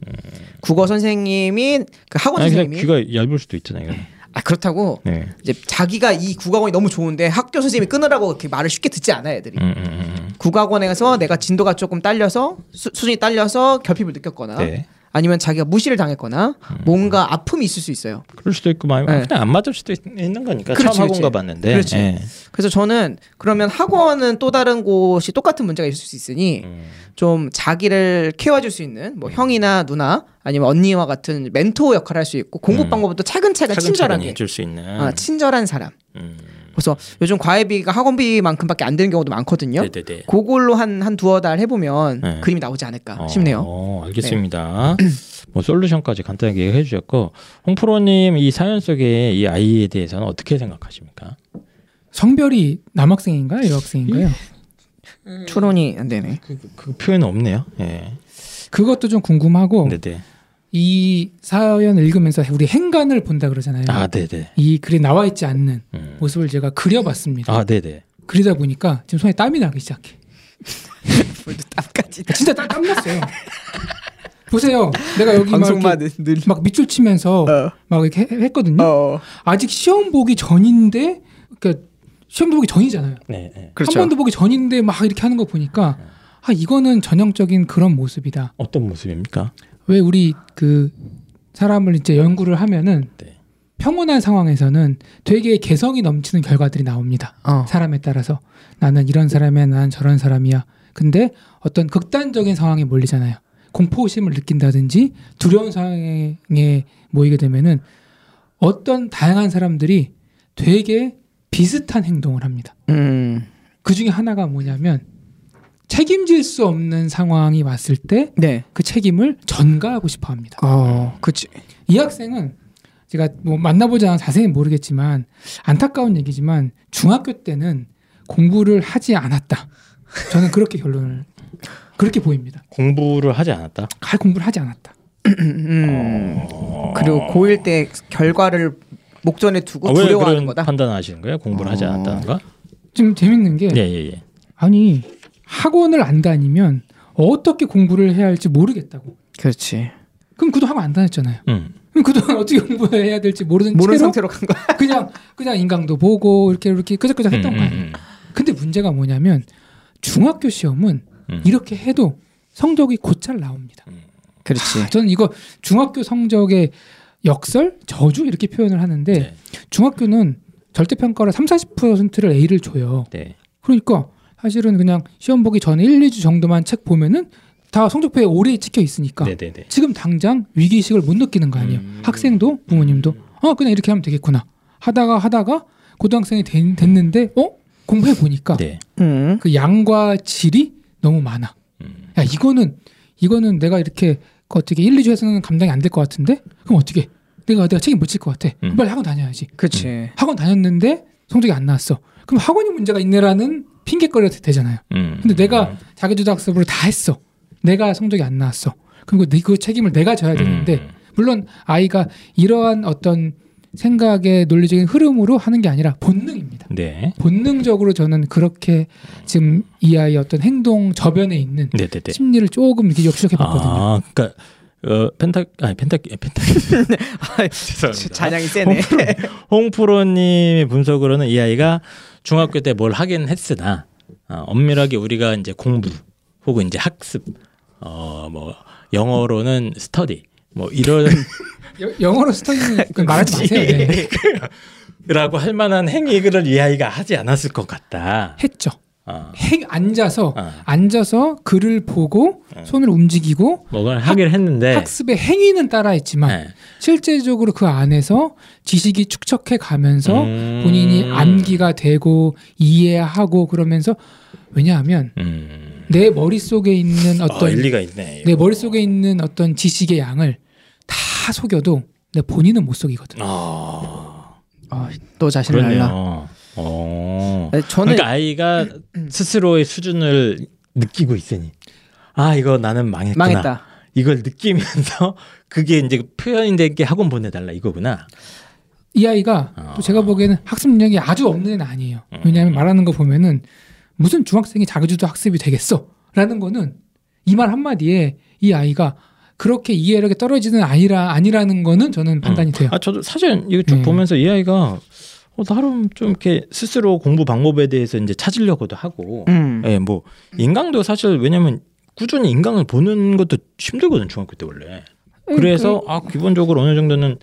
국어 선생님이 그 학원
음. 아니 그냥
선생님이
귀가 얇을 수도 있잖아요. 이거는.
아 그렇다고
네.
이제 자기가 이 국어학원이 너무 좋은데 학교 선생님이 끊으라고 이렇게 말을 쉽게 듣지 않아 애들이.
음, 음, 음.
국악원에서 내가 진도가 조금 딸려서 수, 준이 딸려서 결핍을 느꼈거나
네. 음.
아니면 자기가 무시를 당했거나 뭔가 아픔이 있을 수 있어요.
그럴 수도 있고 막
네.
그냥 안 맞을 수도 있- 있는 거니까
그렇지,
처음 학원
그렇지.
가봤는데
그렇지.
예.
그래서 저는 그러면 학원은 또 다른 곳이 똑같은 문제가 있을 수 있으니
음.
좀 자기를 케어줄 수 있는 뭐 형이나 누나 아니면 언니와 같은 멘토 역할을 할 수 있고 공부
음.
방법도 차근차근
차근차근
친절하게
해줄 수 있는
아, 친절한 사람.
음.
그래서 요즘 과외비가 학원비만큼밖에 안 되는 경우도 많거든요.
네네네.
그걸로 한, 한 두어 달 해보면
네.
그림이 나오지 않을까 싶네요.
어, 알겠습니다. 뭐 솔루션까지 간단하게 얘기해 주셨고 홍프로님 이 사연 속에 이 아이에 대해서는 어떻게 생각하십니까?
성별이 남학생인가요, 여학생인가요?
추론이 안 되네.
그, 그 표현은 없네요. 예.
그것도 좀 궁금하고
네네.
이 사연 읽으면서 우리 행간을 본다 그러잖아요.
아 네네.
이 글에 나와 있지 않는
음.
모습을 제가 그려봤습니다.
아 네네.
그리다 보니까 지금 손에 땀이 나기 시작해.
땀까지.
아, 진짜 땀, 땀 났어요. 보세요. 내가 여기 막, 이렇게
늘.
막 밑줄 치면서
어.
막 이렇게 해- 했거든요.
어.
아직 시험 보기 전인데 그러니까 시험 보기 전이잖아요.
네. 네.
그렇죠. 네.
한 번도 보기 전인데 막 이렇게 하는 거 보니까 아 이거는 전형적인 그런 모습이다.
어떤 모습입니까?
왜 우리 그 사람을 이제 연구를 하면은
네.
평온한 상황에서는 되게 개성이 넘치는 결과들이 나옵니다.
어.
사람에 따라서 나는 이런 사람이야, 나는 저런 사람이야. 근데 어떤 극단적인 상황에 몰리잖아요. 공포심을 느낀다든지 두려운 상황에 모이게 되면은 어떤 다양한 사람들이 되게 비슷한 행동을 합니다.
음.
그 중에 하나가 뭐냐면 책임질 수 없는 상황이 왔을 때 그
네.
책임을 전가하고 싶어 합니다.
어. 그치.
이 학생은 제가 뭐 만나보지 않아 자세히 모르겠지만 안타까운 얘기지만 중학교 때는 공부를 하지 않았다. 저는 그렇게 결론을 그렇게 보입니다.
공부를 하지 않았다.
할 공부를 하지 않았다.
음. 그리고 고1 때 결과를 목전에 두고
아, 왜
두려워하는
그런
거다.
판단하시는 거예요? 공부를 하지
어.
않았다는가?
지금 재밌는 게
예예예.
아니 학원을 안 다니면 어떻게 공부를 해야 할지 모르겠다고.
그렇지.
그럼 그도 학원 안 다녔잖아요.
음.
그럼 그동안 어떻게 공부해야 될지 모르는
모르는 상태로
채로
간 거야.
그냥 그냥 인강도 보고 이렇게 이렇게 끄적끄적 했던
음,
거예요.
음,
근데 문제가 뭐냐면 중학교 시험은
음.
이렇게 해도 성적이 곧잘 나옵니다.
그렇지.
저는 이거 중학교 성적의 역설, 저주 이렇게 표현을 하는데
네.
중학교는 절대 평가로 3, 40%를 A를 줘요.
네.
그러니까 사실은 그냥 시험 보기 전에 1, 2주 정도만 책 보면은 다 성적표에 오래 찍혀 있으니까
네네네.
지금 당장 위기의식을 못 느끼는 거 아니에요.
음.
학생도 부모님도 아 그냥 이렇게 하면 되겠구나 하다가 하다가 고등학생이 된- 됐는데 어 공부해 보니까
네.
음.
그 양과 질이 너무 많아.
음.
야 이거는 이거는 내가 이렇게 그 어떻게 1, 2주에서는 감당이 안 될 것 같은데 그럼 어떻게? 내가 내가 책임 못 질 것 같아.
음.
빨리 학원 다녀야지.
그렇지.
학원 다녔는데 성적이 안 나왔어. 그럼 학원이 문제가 있네라는 핑계거리가 되잖아요.
음.
근데 내가 자기주도 학습을 다 했어. 내가 성적이 안 나왔어. 그리고 네- 그 책임을 내가 져야 되는데
음.
물론 아이가 이러한 어떤 생각의 논리적인 흐름으로 하는 게 아니라 본능입니다.
네.
본능적으로 저는 그렇게 지금 이 아이의 어떤 행동 저변에 있는
네네네.
심리를 조금 이렇게 역추적해 봤거든요.
아, 그러니까 어, 펜타 아니 펜타 펜타
네.
죄송합니다.
잔향이 세네.
홍프로님의 분석으로는 이 아이가 중학교 때 뭘 하긴 했으나 어, 엄밀하게 우리가 이제 공부 혹은 이제 학습 어 뭐 영어로는 스터디 뭐 이런
여- 영어로 스터디는 그 말하지
그렇지.
마세요. 네.
라고 할 만한 행위를 이 아이가 하지 않았을 것 같다.
네. 했죠.
어,
행 앉아서
어.
앉아서 글을 보고
네.
손을 움직이고
뭐가 하긴 했는데
학습의 행위는 따라했지만
네.
실제적으로 그 안에서 지식이 축적해 가면서
음.
본인이 암기가 되고 이해하고 그러면서 왜냐하면
음.
내 머릿속에 있는
어,
어떤
일리가 있네.
내 머릿속에 있는 어떤 지식의 양을 다 속여도 내 본인은 못 속이거든.
아.
어, 또 자신을 날라.
그러네요. 어.
아니, 저는
그러니까 아이가 스스로의 수준을 느끼고 있으니 아 이거 나는 망했구나.
망했다.
이걸 느끼면서 그게 이제 표현이 된 게 학원 보내달라 이거구나.
이 아이가
아. 음.
또 제가 보기에는 학습 능력이 아주 없는 애는 아니에요. 왜냐하면 말하는 거 보면은 무슨 중학생이 자기주도 학습이 되겠어라는 거는 이 말 한마디에 이 아이가 그렇게 이해력이 떨어지는 아이라 아니라는 거는 저는 판단이
네.
돼요.
아 저도 사실 이거 쭉
음.
보면서 이 아이가 어, 나름 좀 이렇게 스스로 공부 방법에 대해서 이제 찾으려고도 하고, 예,
음.
뭐 인강도 사실 왜냐면 꾸준히 인강을 보는 것도 힘들거든 중학교 때 원래.
음,
그래서 아 기본적으로 어느 정도는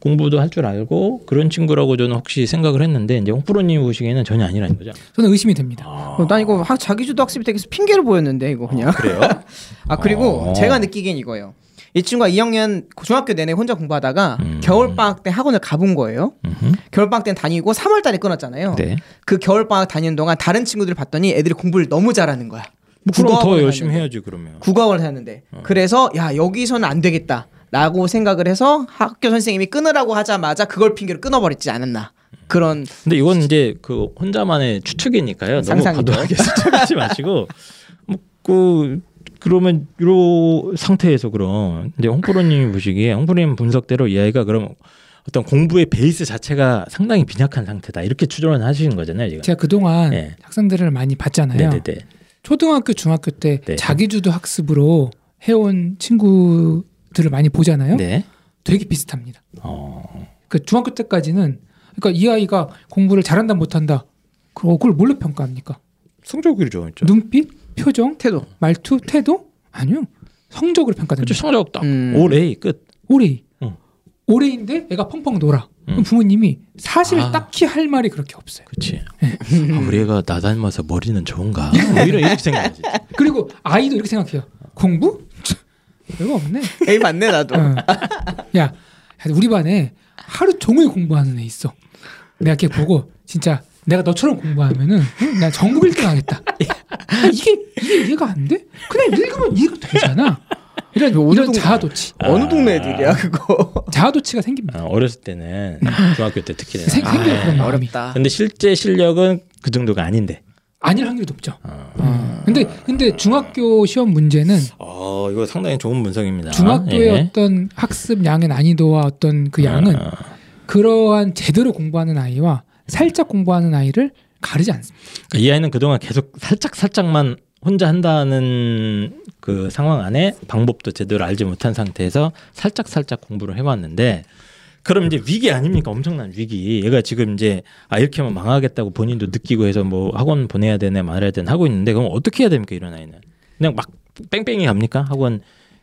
공부도 할 줄 알고 그런 친구라고 저는 혹시 생각을 했는데 이제 홍프로님 보시기에는 전혀 아니라는 거죠.
저는 의심이 됩니다.
아,
어, 난 이거 하- 자기주도 학습이 되게 핑계로 보였는데 이거 그냥.
그래요?
아 그리고
어.
제가 느끼기엔 이거예요. 이 친구가 2학년 중학교 내내 혼자 공부하다가
음.
겨울 방학 때 학원을 가본 거예요.
음흠.
겨울 방학 때 다니고 3월 달에 끊었잖아요.
네.
그 겨울 방학 다니는 동안 다른 친구들을 봤더니 애들이 공부를 너무 잘하는 거야.
뭐 그럼 더
국어학원을
열심히
갔는데.
해야지 그러면.
국어학원을 했는데 그래서 야 여기서는 안 되겠다. 라고 생각을 해서 학교 선생님이 끊으라고 하자마자 그걸 핑계로 끊어버리지 않았나 그런
근데 이건 이제 그 혼자만의 추측이니까요. 너무
상상이죠.
과도하게 추측하지 마시고 뭐그 그러면 요 상태에서 그럼 이제 홍프로님이 보시기에 홍프로님 분석대로 이 아이가 그럼 어떤 공부의 베이스 자체가 상당히 빈약한 상태다 이렇게 추정을 하시는 거잖아요. 지금.
제가 그동안
네.
학생들을 많이 봤잖아요.
네네네.
초등학교, 중학교 때
네.
자기주도 학습으로 해온 친구들을 많이 보잖아요.
네.
되게 비슷합니다.
어.
그 중학교 때까지는 그러니까 이 아이가 공부를 잘한다 못한다 그거- 그걸 뭘로 평가합니까?
성적이 좋았죠.
눈빛, 표정,
태도
말투, 태도? 아니요. 성적으로
그렇죠.
평가됩니다.
성적 딱
음.
올해 끝.
올해
어.
올해인데 애가 펑펑 놀아. 그럼
음.
부모님이 사실
아.
딱히 할 말이 그렇게 없어요.
그렇지. 아, 우리 애가 나 닮아서 머리는 좋은가? 뭐 이런 이렇게 생각하지.
그리고 아이도 이렇게 생각해요. 공부? 별거 없네.
에이 맞네 나도
음.
어. 야, 우리 반에 하루 종일 공부하는 애 있어. 내가 걔 보고 진짜 내가 너처럼 공부하면은 응? 나 전국 1등 하겠다. 야, 이게 이게 이해가 안 돼? 그냥 읽으면 이해가 되잖아. 이런 이런 자아도치,
어느 동네 애들이야 그거
자아도치가 생깁니다.
아, 어렸을 때는 중학교 때 특히나.
생- 생겨요
네.
그런 마음이.
어렵다
근데 실제 실력은 그 정도가 아닌데.
아닐 확률이 높죠. 어. 근데 근데 중학교 시험 문제는
어, 이거 상당히 좋은
아,
분석입니다.
중학교의
예.
어떤 학습 양의 난이도와 어떤 그 양은
아,
그러한 제대로 공부하는 아이와 살짝 공부하는 아이를 가르지 않습니다.
그러니까 이 아이는 그동안 계속 살짝 살짝만 혼자 한다는 그 상황 안에 방법도 제대로 알지 못한 상태에서 살짝 살짝 공부를 해왔는데 그럼 이제 위기 아닙니까? 엄청난 위기. 얘가 지금 이제 아 이렇게 하면 망하겠다고 본인도 느끼고 해서 뭐 학원 보내야 되네 말아야 되네 하고 있는데 그럼 어떻게 해야 됩니까 이런 아이는? 그냥 막 뺑뺑이 갑니까? 학원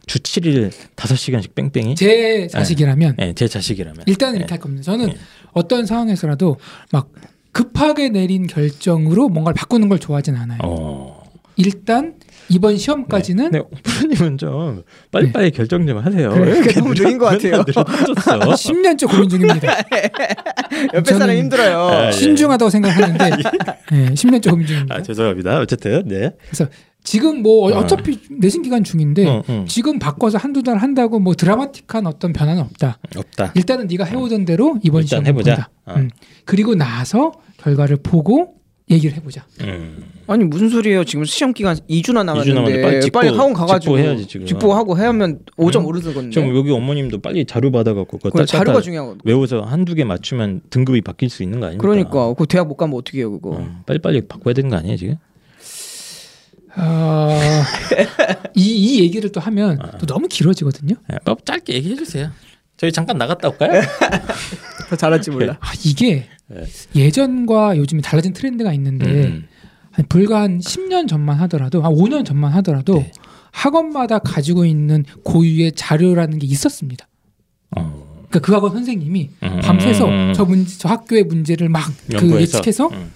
주 7일 5시간씩 뺑뺑이?
제 자식이라면
예, 제 자식이라면.
일단 은 이렇게 할 겁니다. 저는 어떤 상황에서라도 막 급하게 내린 결정으로 뭔가를 바꾸는 걸 좋아하진 않아요.
어.
일단 이번 시험까지는
네, 오프로님은 좀 빨리빨리 결정 좀 하세요.
그래, 그게 너무 느린 것 같아요.
네.
늦었어.
10년째 고민 중입니다.
옆에 사람
저는-
힘들어요
아, 예.
신중하다고 생각하는데 예, 10년째 고민 중입니다.
아 죄송합니다. 어쨌든 네.
그래서 지금 뭐
어.
어차피 내신 기간 중인데
응, 응.
지금 바꿔서 한두 달 한다고 뭐 드라마틱한 어떤 변화는 없다.
없다.
일단은 네가 해오던 대로 이번
아. 일단
시험
해보자.
본다.
어.
음. 그리고 나서 결과를 보고 얘기를 해보자.
음.
아니 무슨 소리예요? 지금 시험 기간 2주나
남았는데
남았는데
빨리
빨리,
직보-
학원 가가지고
직보 해야지, 지금.
직보하고 하면 5점 오르는 건데.
좀 여기 어머님도 빨리 자료 받아갖고 그거
그 자료가
따따따
중요하거든.
외워서 한두 개 맞추면 등급이 바뀔 수 있는 거 아닙니까?
그러니까 그 대학 못 가면 어떻게 해요 그거?
어, 빨리빨리 바꿔야 되는 거 아니에요 지금?
어, 이, 이 얘기를 또 하면
어.
또 너무 길어지거든요.
네, 뭐 짧게 얘기해 주세요. 저희 잠깐 나갔다 올까요?
더 잘할지 몰라.
아, 이게
네.
예전과 요즘이 달라진 트렌드가 있는데
음.
한 불과 한 10년 전만 하더라도 아 5년 전만 하더라도
네.
학원마다 가지고 있는 고유의 자료라는 게 있었습니다.
어.
그러니까 그 학원 선생님이
음.
밤새서 저 문제 저 학교의 문제를 막 그
연구해서.
예측해서
음.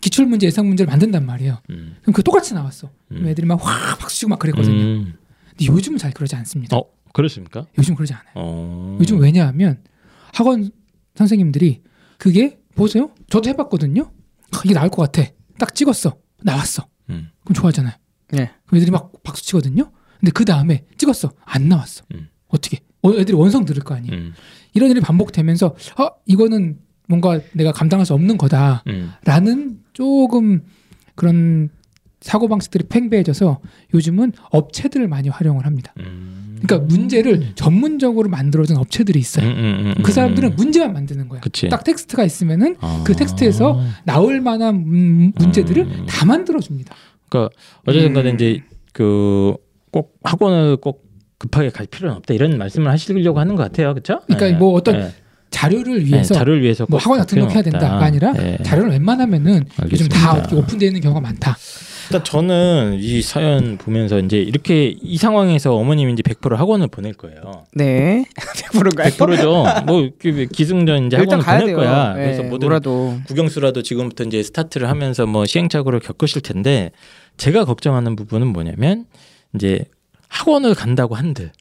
기출 문제 예상 문제를 만든단 말이에요.
음.
그럼 그 똑같이 나왔어. 그럼
음.
애들이 막 확 박수 치고 막 그랬거든요.
음.
근데 요즘은 잘 그러지 않습니다.
어 그렇습니까?
요즘 그러지 않아요.
어.
요즘 왜냐하면 학원 선생님들이 그게 보세요. 저도 해봤거든요. 아, 이게 나올 것 같아. 딱 찍었어. 나왔어.
음.
그럼 좋아하잖아요.
네.
그럼 애들이 막 박수 치거든요. 근데 그 다음에 찍었어. 안 나왔어.
음.
어떻게? 어, 애들이 원성 들을 거 아니에요.
음.
이런 일이 반복되면서 아 이거는 뭔가 내가 감당할 수 없는 거다라는
음.
조금 그런 사고 방식들이 팽배해져서 요즘은 업체들을 많이 활용을 합니다.
음.
그러니까 문제를 전문적으로 만들어준 업체들이 있어요.
음, 음, 음,
그 사람들은
음.
문제만 만드는 거야.
그치.
딱 텍스트가 있으면은
아.
그 텍스트에서 나올 만한 문- 문제들을
음.
다 만들어 줍니다.
그러니까 어쨌든간에
음.
이제 그 꼭 학원을 꼭 급하게 갈 필요는 없다 이런 말씀을 하시려고 하는 것 같아요, 그렇죠?
그러니까 뭐 어떤 자료를 위해서
네, 자료를 위해서
뭐
꼭
학원에
갈 필요는
등록해야 된다가
없다.
아니라
예.
자료는 웬만하면은 요즘
알겠습니다.
다 어떻게 오픈되어 있는 경우가 많다.
일단 그러니까 저는 이 사연 보면서 이제 이렇게 이 상황에서 어머님이 이제 100% 학원을 보낼 거예요.
네. 100%인가요?
100%죠. 뭐 이렇게 기승전 이제
일단
학원을
가야
보낼
돼요.
거야.
네,
그래서 모든
뭐라도
국영수라도 지금부터 이제 스타트를 하면서 뭐 시행착오를 겪으실 텐데 제가 걱정하는 부분은 뭐냐면 이제 학원을 간다고 한들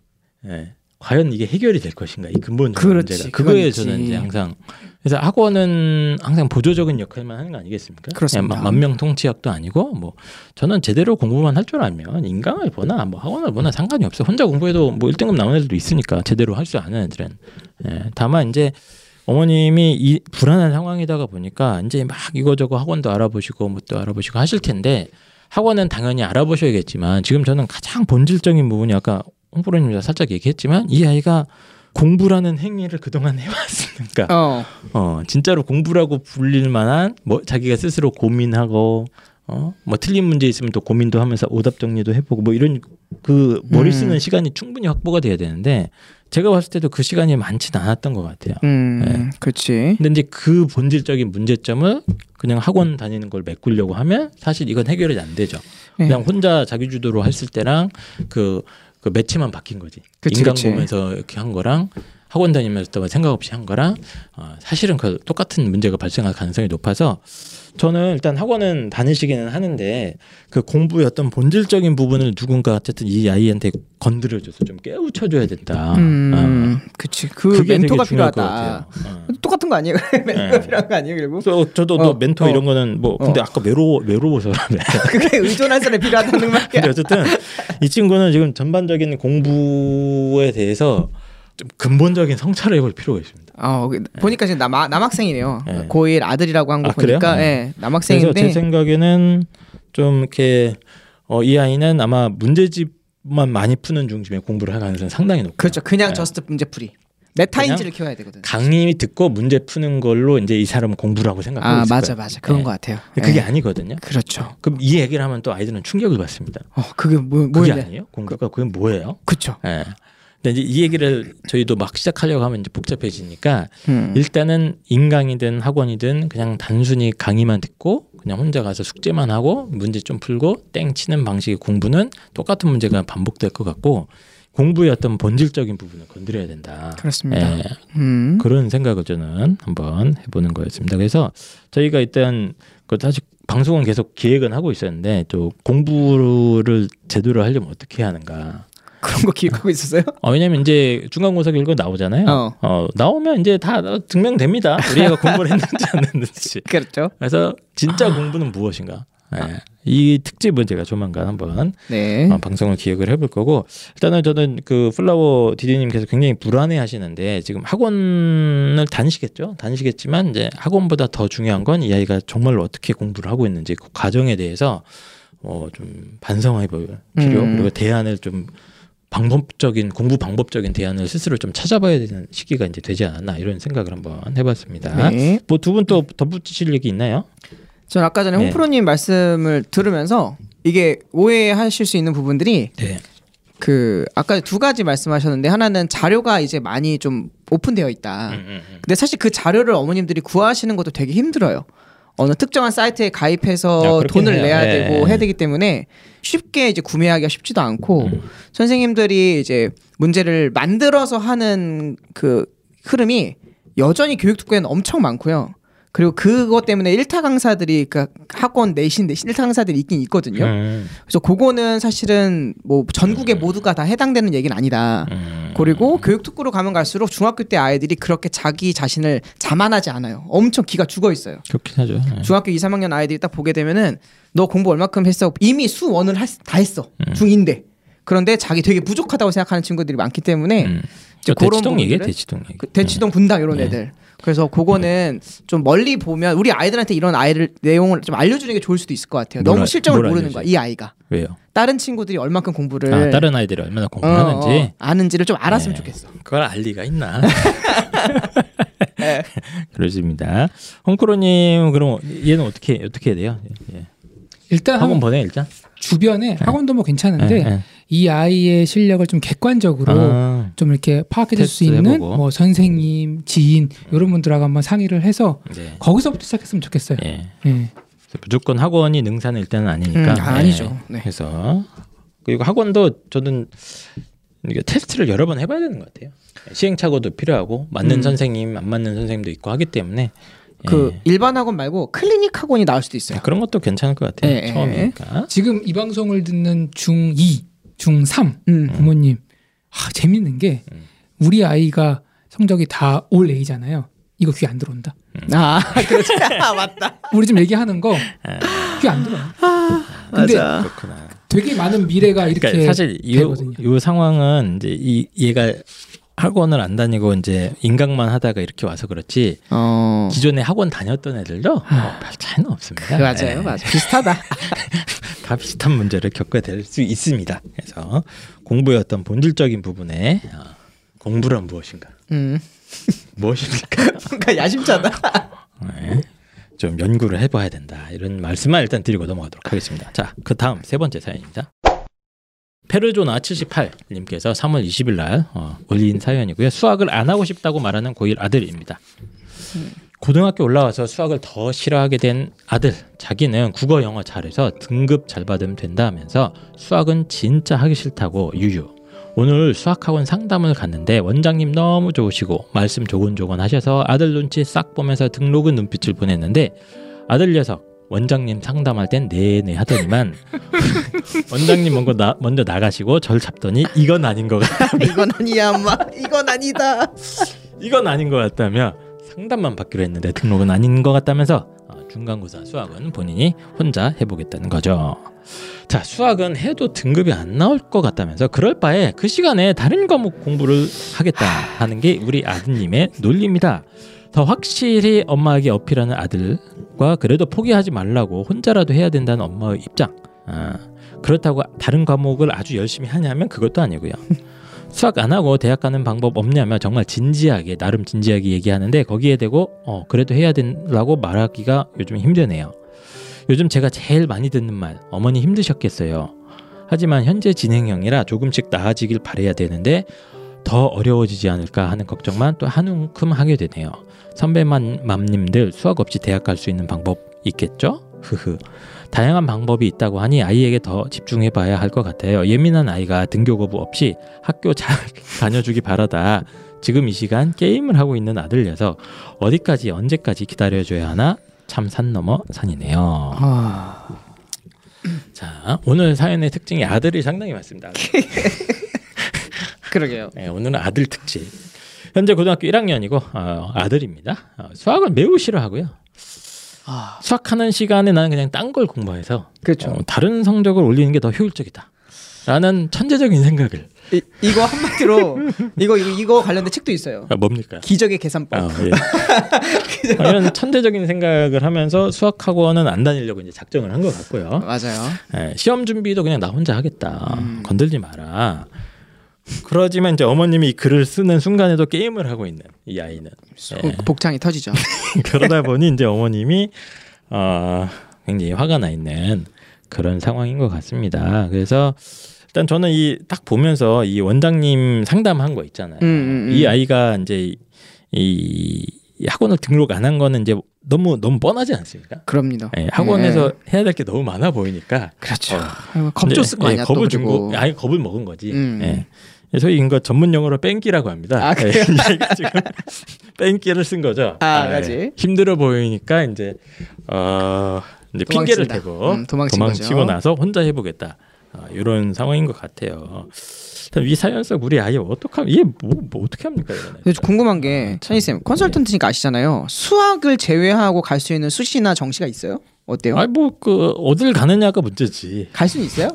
예, 과연 이게 해결이 될 것인가 이 근본적인
그렇지,
문제가
그건
그거에
있지.
저는 이제 항상 그래서 학원은 항상 보조적인 역할만 하는 거 아니겠습니까? 예,
그렇습니다.
만명 통치학도 아니고 뭐 저는 제대로 공부만 할 줄 알면 인강을 보나 뭐 학원을 보나 상관이 없어. 요 혼자 공부해도 뭐 1등급 나온 애들도 있으니까 제대로 할 줄 아는 애들은. 예. 다만 이제 어머님이 이 불안한 상황이다가 보니까 이제 막 이거저거 학원도 알아보시고 뭣도 알아보시고 하실 텐데 학원은 당연히 알아보셔야겠지만 지금 저는 가장 본질적인 부분이 아까 홍보로님도 살짝 얘기했지만 이 아이가 공부라는 행위를 그동안 해왔으니까
어.
어, 진짜로 공부라고 불릴 만한 뭐 자기가 스스로 고민하고 어, 뭐 틀린 문제 있으면 또 고민도 하면서 오답 정리도 해보고 뭐 이런 그 머리 쓰는
음.
시간이 충분히 확보가 돼야 되는데 제가 봤을 때도 그 시간이 많진 않았던 것 같아요.
음.
네.
그렇지.
근데 이제 그 본질적인 문제점을 그냥 학원 다니는 걸 메꾸려고 하면 사실 이건 해결이 안 되죠.
네.
그냥 혼자 자기 주도로 했을 때랑 그, 그 매체만 바뀐 거지.
그치,
인강
그치.
보면서 이렇게 한 거랑 학원 다니면서 또 생각 없이 한 거랑 어, 사실은 그 똑같은 문제가 발생할 가능성이 높아서 저는 일단 학원은 다니시기는 하는데 그 공부의 어떤 본질적인 부분을 누군가 어쨌든 이 아이한테 건드려줘서 좀 깨우쳐줘야 된다. 어,
음. 그렇지. 그
아. 되게
멘토가
중요할 것
필요하다.
같아요. 네. 어.
똑같은 거 아니에요? 멘토가 필요한 거 아니에요? 결국
저, 저도
어,
또 멘토
어.
이런 거는 뭐 근데
어.
아까 외로워 외로워서라며
그게 의존한 사람이 필요하다는 말이야.
근데 어쨌든 이 친구는 지금 전반적인 공부에 대해서 좀 근본적인 성찰을 해볼 필요가 있습니다.
어, 그- 보니까 지금 남, 남학생이네요.
네.
고1 아들이라고 한 거
아, 그래요?
보니까
네.
예,
그래서 제
남학생인데
생각에는 좀 이렇게 어, 이 아이는 아마 문제집만 많이 푸는 중심에 공부를 할 가능성이 상당히 높고
그렇죠. 그냥 저스트 문제풀이. 메타인지를 키워야 되거든.
강의 듣고 문제 푸는 걸로 이제 이 사람은 공부라고 생각하고
아,
있을
맞아
거예요.
맞아. 그런
예.
거 같아요.
근데 그게
예.
아니거든요.
그렇죠.
그럼 이 얘기를 하면 또 아이들은 충격을 받습니다.
어, 그게 뭐
그게
뭐였냐?
아니에요? 공부가 그게 뭐예요?
그렇죠.
예. 근데 이제 이 얘기를 저희도 막 시작하려고 하면 이제 복잡해지니까
음.
일단은 인강이든 학원이든 그냥 단순히 강의만 듣고 그냥 혼자 가서 숙제만 하고 문제 좀 풀고 땡 치는 방식의 공부는 똑같은 문제가 반복될 것 같고 공부의 어떤 본질적인 부분을 건드려야 된다.
그렇습니다.
예.
음.
그런 생각을 저는 한번 해보는 거였습니다. 그래서 저희가 일단 그 사실 방송은 계속 기획은 하고 있었는데 또 공부를 제대로 하려면 어떻게 해야 하는가
그런 거 기억하고 있었어요?
어, 왜냐면 이제 중간고사 결과 나오잖아요.
어.
어. 나오면 이제 다 증명됩니다. 우리 애가 공부를 했는지 안 했는지.
그렇죠.
그래서 진짜 공부는 무엇인가? 예. 이 특집은 제가 조만간 한번
네.
어, 방송을 기획을 해볼 거고 일단은 저는 그 플라워 디디님께서 굉장히 불안해하시는데 지금 학원을 다니시겠죠? 다니시겠지만 이제 학원보다 더 중요한 건 이 아이가 정말로 어떻게 공부를 하고 있는지 그 과정에 대해서 어 좀 반성해 볼 필요
음.
그리고 대안을 좀 방법적인 공부 방법적인 대안을 스스로 좀 찾아봐야 되는 시기가 이제 되지 않았나 이런 생각을 한번 해봤습니다.
네.
뭐 두 분 또 덧붙이실 얘기 있나요?
전 아까 전에
네.
홍프로님 말씀을 들으면서 이게 오해하실 수 있는 부분들이
네.
그 아까 두 가지 말씀하셨는데 하나는 자료가 이제 많이 좀 오픈되어 있다.
음,
근데 사실 그 자료를 어머님들이 구하시는 것도 되게 힘들어요. 어느 특정한 사이트에
아,
가입해서
그렇긴
돈을
해요.
내야
예,
되고
예.
해야 되기 때문에 쉽게 이제 구매하기가 쉽지도 않고
음.
선생님들이 이제 문제를 만들어서 하는 그 흐름이 여전히 교육 특구에는 엄청 많고요. 그리고 그것 때문에 일타 강사들이 그 학원 내신 내신 일타 강사들이 있긴 있거든요.
음,
그래서 그거는 사실은 뭐 전국의 모두가 다 해당되는 얘기는 아니다.
음.
그리고 교육특구로 가면 갈수록 중학교 때 아이들이 그렇게 자기 자신을 자만하지 않아요. 엄청 기가 죽어 있어요.
그렇긴 하죠. 예.
중학교 2, 3학년 아이들이 딱 보게 되면은 너 공부 얼마큼 했어? 이미 수원을 할- 다 했어.
음.
중인데. 그런데 자기 되게 부족하다고 생각하는 친구들이 많기 때문에
음. 네.
이제
저
그런
대치동 얘기
부분들은-
대치동 얘기.
그 대치동 분당 이런 애들. 그래서 그거는 좀 멀리 보면 우리 아이들한테 이런 아이를 내용을 좀 알려주는 게 좋을 수도 있을 것 같아요.
뭘
너무
알-
실적을
뭘
모르는
알려줘요?
거야 이 아이가.
왜요?
다른 친구들이 얼만큼 공부를
아, 다른 아이들이 얼마나
어,
공부하는지
네. 어, 아는지를 좀 알았으면
네.
좋겠어.
그걸 알 리가 있나?
네.
그렇습니다. 홍크로님 그럼 얘는 어떻게 어떻게 해야 돼요?
음.
예.
일단
학원
학원
보내 일단. 네.
주변에 학원도 뭐 괜찮은데
예, 예.
이 아이의 실력을 좀 객관적으로
아,
좀 이렇게 파악해 줄 수
테스트
있는
해보고.
뭐 선생님, 지인 이런 분들하고 한번 상의를 해서
네.
거기서부터 시작했으면 좋겠어요.
예.
예.
무조건 학원이 능사는 일단은 아니니까. 예.
음, 아, 아니죠. 네.
그래서 그리고 학원도 저는 이게 테스트를 여러 번 해봐야 되는 것 같아요. 시행착오도 필요하고 맞는
음.
선생님 안 맞는 선생님도 있고 하기 때문에
그
예.
일반 학원 말고 클리닉 학원이 나올 수도 있어요.
그런 것도 괜찮을 것 같아요.
예, 예.
처음이니까.
지금 이 방송을 듣는 중2, 중3
음.
부모님 아, 재밌는 게
음.
우리 아이가 성적이 다 올 A잖아요. 이거 귀 안 들어온다.
음.
아, 그렇죠. 아, 맞다.
우리 지금 얘기하는 거 귀
아.
안 들어. 근데
맞아.
그렇구나.
되게 많은 미래가 이렇게
그러니까 사실 이,
되거든요.
이 상황은 이제 이 얘가 학원을 안 다니고 이제 인강만 하다가 이렇게 와서 그렇지
어.
기존에 학원 다녔던 애들도
아.
어, 별 차이는 없습니다.
그
예.
맞아요, 맞아. 비슷하다.
다 비슷한 문제를 겪게 될 수 있습니다. 그래서 공부의 어떤 본질적인 부분에 어, 공부란 무엇인가,
음,
무엇입니까?
뭔가 야심차다.
네. 좀 연구를 해봐야 된다 이런 말씀만 일단 드리고 넘어가도록 하겠습니다. 자, 그 다음 세 번째 사연입니다. 페르조나 78님께서 3월 20일 날 어, 올린 사연이고요. 수학을 안 하고 싶다고 말하는 고1 아들입니다. 고등학교 올라와서 수학을 더 싫어하게 된 아들. 자기는 국어 영어 잘해서 등급 잘 받으면 된다면서 수학은 진짜 하기 싫다고 유유. 오늘 수학학원 상담을 갔는데 원장님 너무 좋으시고 말씀 조곤조곤 하셔서 아들 눈치 싹 보면서 등록은 눈빛을 보냈는데 아들 녀석 원장님 상담할 땐 네네 하더니만 원장님 먼저, 나, 먼저 나가시고 절 잡더니 이건 아닌 것 같다
이건 아니야, 엄마. 이건 아니다.
이건 아닌 것 같다며 상담만 받기로 했는데 등록은 아닌 것 같다면서 어, 중간고사 수학은 본인이 혼자 해보겠다는 거죠. 자 수학은 해도 등급이 안 나올 것 같다면서 그럴 바에 그 시간에 다른 과목 공부를 하겠다 하는 게 우리 아드님의 논리입니다. 더 확실히 엄마에게 어필하는 아들과 그래도 포기하지 말라고 혼자라도 해야 된다는 엄마의 입장. 아, 그렇다고 다른 과목을 아주 열심히 하냐면 그것도 아니고요. 수학 안 하고 대학 가는 방법 없냐며 정말 진지하게 나름 진지하게 얘기하는데 거기에 대고 어 그래도 해야 된다고 말하기가 요즘 힘드네요. 요즘 제가 제일 많이 듣는 말 어머니 힘드셨겠어요. 하지만 현재 진행형이라 조금씩 나아지길 바래야 되는데 더 어려워지지 않을까 하는 걱정만 또 한움큼 하게 되네요. 선배만 맘님들 수학 없이 대학 갈 수 있는 방법 있겠죠? 흐흐. 다양한 방법이 있다고 하니 아이에게 더 집중해 봐야 할 것 같아요. 예민한 아이가 등교 거부 없이 학교 잘 다녀주기 바라다. 지금 이 시간 게임을 하고 있는 아들 녀석 어디까지 언제까지 기다려줘야 하나? 참 산 넘어 산이네요.
아,
자 오늘 사연의 특징이 아들이 상당히 많습니다.
그러게요.
네, 오늘은 아들 특집. 현재 고등학교 1학년이고 어, 아들입니다. 어, 수학을 매우 싫어하고요.
아,
수학하는 시간에 나는 그냥 딴 걸 공부해서
그렇죠.
어, 다른 성적을 올리는 게 더 효율적이다. 라는 천재적인 생각을
이, 이거 한마디로 이거 이거 이거 관련된 책도 있어요.
아, 뭡니까?
기적의 계산법.
아, 예. 아, 이런 천재적인 생각을 하면서 수학학원은 안 다니려고 이제 작정을 한 것 같고요.
맞아요.
예, 시험 준비도 그냥 나 혼자 하겠다.
음.
건들지 마라. 그러지만 이제 어머님이 이 글을 쓰는 순간에도 게임을 하고 있는 이 아이는 예.
복- 복창이 터지죠.
그러다 보니 이제 어머님이 어, 굉장히 화가 나 있는 그런 상황인 것 같습니다. 그래서 일단 저는 이 딱 보면서 이 원장님 상담한 거 있잖아요.
음, 음, 음.
이 아이가 이제 이, 이 학원을 등록 안 한 거는 이제 너무 너무 뻔하지 않습니까?
그럽니다.
예, 학원에서
예.
해야 될 게 너무 많아 보이니까
그렇죠.
어,
아이고, 겁줄 쓴거
예,
아니야? 또
겁을 준
그리고.
거, 아니 겁을 먹은 거지.
음.
예. 소위 이거 전문 용어로 뺑기라고 합니다.
아, 그래요?
예, 이게 지금 뺑기를 쓴 거죠.
아,
예.
그렇지.
힘들어 보이니까 이제 어 이제 핑계를
도망친다.
대고
음, 도망친
도망치고
거죠.
나서 혼자 해보겠다. 아, 이런 상황인 것 같아요. 참, 이 사연 속 우리 아이 어떻게 하면 이게 뭐, 뭐 어떻게 합니까 이거는?
근데 저 궁금한 게 찬이 쌤 컨설턴트니까 아시잖아요. 수학을 제외하고 갈 수 있는 수시나 정시가 있어요? 어때요?
아니 뭐그 어딜 가느냐가 문제지.
갈 수는 있어요?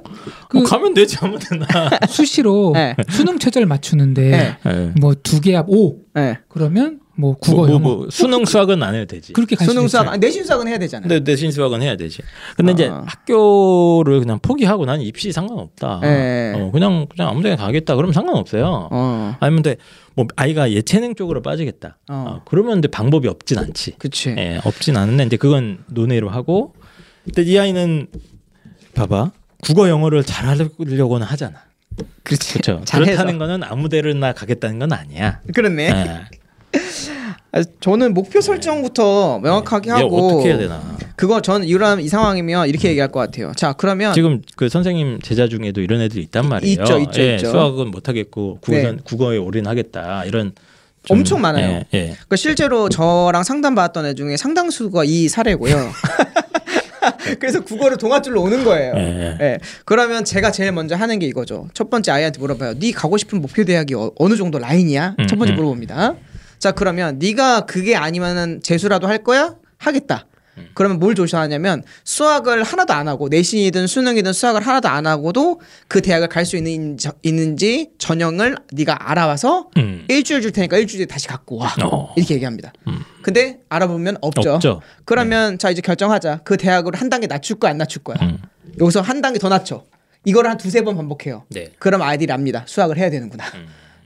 그
뭐 가면 되지 아무데나.
수시로
네.
수능 최저를 맞추는데
네.
예.
뭐 두 개 합 5
예.
그러면 뭐 국어
뭐,
영어
뭐, 뭐 수능 수학은 네. 안 해도 되지.
그렇게 갈 수도
수능 수학
있어요.
아, 내신 수학은 해야 되잖아요.
근데 내신 수학은 해야 되지. 근데 이제
네. 아.
학교를 그냥 포기하고 난 입시 상관없다.
예.
어, 그냥 그냥 아무데나 가겠다. 그러면 상관없어요.
어.
아니면 근데 뭐 아이가 예체능 쪽으로 빠지겠다.
어.
어, 그러면 근데 방법이 없진 않지.
그치.
예, 없진 않은데 이제 그건 논외로 하고. 근데 이 아이는 봐봐 국어 영어를 잘하려고는 하잖아.
그렇지.
그렇죠.
잘해서. 예?
네. 그렇다는 거는 아무데나 가겠다는 건 아니야.
그렇네.
예.
그래서 저는 목표 설정부터 명확하게
네. 이게
하고
어떻게 해야 되나.
그거 전 이런 이 상황이면 이렇게 얘기할 것 같아요. 자 그러면
지금 그 선생님 제자 중에도 이런 애들이 있단 말이에요.
있죠, 있죠,
예,
있죠.
수학은 못 하겠고 국어는 국어에 올인하겠다 이런 좀-
엄청 많아요.
예, 예.
그 실제로 저랑 상담받았던 애 중에 상당수가 이 사례고요. 그래서 국어를 동아줄로 오는 거예요.
예,
예.
예.
그러면 제가 제일 먼저 하는 게 이거죠. 첫 번째 아이한테 물어봐요. 네 가고 싶은 목표 대학이 어, 느 정도 라인이야?
음,
첫 번째
음.
물어봅니다. 자 그러면 네가 그게 아니면은 재수라도 할 거야? 하겠다.
음.
그러면 뭘 조사하냐면 수학을 하나도 안 하고 내신이든 수능이든 수학을 하나도 안 하고도 그 대학을 갈 수 있는, 있는지 전형을 네가 알아와서
음.
일주일 줄 테니까 일주일에 다시 갖고 와.
어.
이렇게 얘기합니다. 근데 알아보면 없죠.
없죠.
그러면 자 이제 결정하자. 그 대학으로 한 단계 낮출 거야 안 낮출 거야.
음.
여기서 한 단계 더 낮춰. 이걸 한 두세 번 반복해요.
네.
그럼 아이들이 압니다. 수학을 해야 되는구나.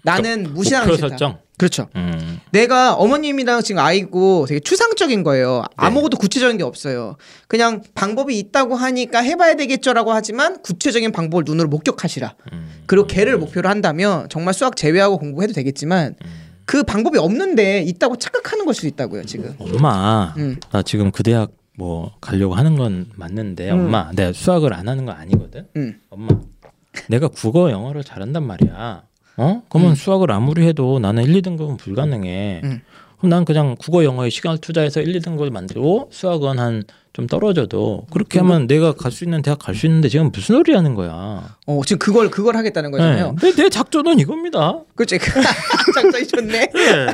나는 무시하는
음. 목표
싫다.
설정?
그렇죠.
음.
내가 어머님이랑 지금 아이고 되게 추상적인 거예요.
네.
아무것도 구체적인 게 없어요. 그냥 방법이 있다고 하니까 해봐야 되겠죠라고 하지만 구체적인 방법을 눈으로 목격하시라.
음.
그리고 걔를 목표로 한다면 정말 수학 제외하고 공부해도 되겠지만
음.
그 방법이 없는데 있다고 착각하는 걸 수도 있다고요 지금.
엄마,
음.
나 지금 그 대학 뭐 가려고 하는 건 맞는데 엄마, 내가 수학을 안 하는 건 아니거든.
음.
엄마, 내가 국어 영어를 잘한단 말이야. 어? 그러면 수학을 아무리 해도 나는 1, 2등급은 불가능해.
음.
그럼 난 그냥 국어 영어에 시간을 투자해서 1, 2등급을 만들고 수학은 한 좀 떨어져도 그렇게
음.
하면 내가 갈 수 있는 대학 갈 수 있는데 지금 무슨 소리 하는 거야?
어 지금 그걸 그걸 하겠다는 거잖아요. 그렇죠.
네. 내, 내 작전은 이겁니다.
그렇지. 장점이 좋네.
예.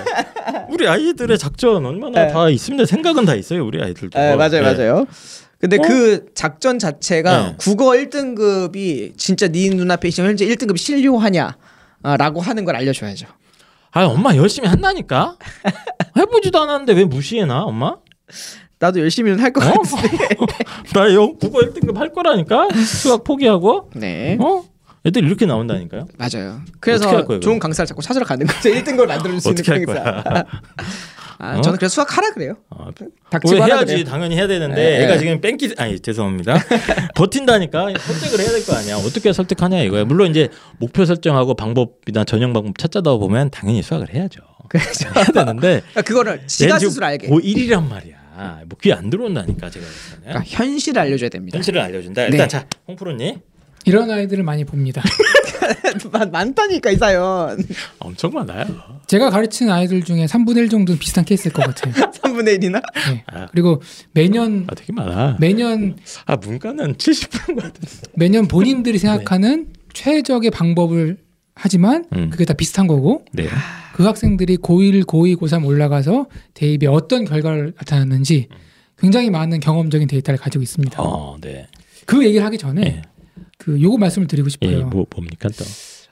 우리 아이들의 작전 얼마나
예.
다 있습니다. 생각은 다 있어요, 우리 아이들도.
네, 맞아요,
예.
맞아요. 근데
어?
그 작전 자체가
네.
국어 1등급이 진짜 네 눈앞에 지금 현재 1등급이 실효하냐라고 하는 걸 알려줘야죠.
아, 엄마 열심히 한다니까. 해보지도 않았는데 왜 무시해나, 엄마?
나도 열심히는 할 것
어?
같은데.
나 영, 국어 1등급 할 거라니까. 수학 포기하고.
네,
어? 애들 이렇게 나온다니까요.
맞아요.
어떻게
그래서
할 거예요,
좋은 강사를 자꾸 찾으러 가는 거죠. 1등급을 만들어줄 수 있는
어떻게 할
강사.
거야?
아,
어?
저는 그래서 수학하라 그래요.
어,
닥치고
왜
하라
해야지
그래요.
당연히 해야
예,
되는데 애가
예.
지금 뺑기 아니 죄송합니다 버틴다니까 설득을 해야 될 거 아니야 어떻게 설득하냐 이거야 물론 이제 목표 설정하고 방법이나 전형 방법 찾아다 보면 당연히 수학을 해야죠
그렇죠.
해야 되는데
그러니까 그거를 지가 스스로 알게.
고1이란 말이야. 뭐 귀에 안 들어온다니까 제가. 그랬잖아요.
그러니까 현실을 알려줘야 됩니다.
현실을 알려준다.
네.
일단 자, 홍프로님
이런 아이들을 많이 봅니다.
많- 많다니까 이 사연.
엄청 많아요.
제가 가르치는 아이들 중에 3분의 1 정도는 비슷한 케이스일 것 같아요.
3분의 1이나.
네. 그리고 매년
아 되게 많아.
네. 매년
아 문과는 70%인 것 같은데.
매년
네.
본인들이 생각하는 최적의 방법을 하지만
음.
그게 다 비슷한 거고
네.
그 학생들이 고1, 고2, 고3 올라가서 대입이 어떤 결과를 나타났는지 굉장히 많은 경험적인 데이터를 가지고 있습니다.
어, 네.
그 얘기를 하기 전에
예.
그 요거 말씀을 드리고
예,
싶어요.
뭐 뭡니까 또.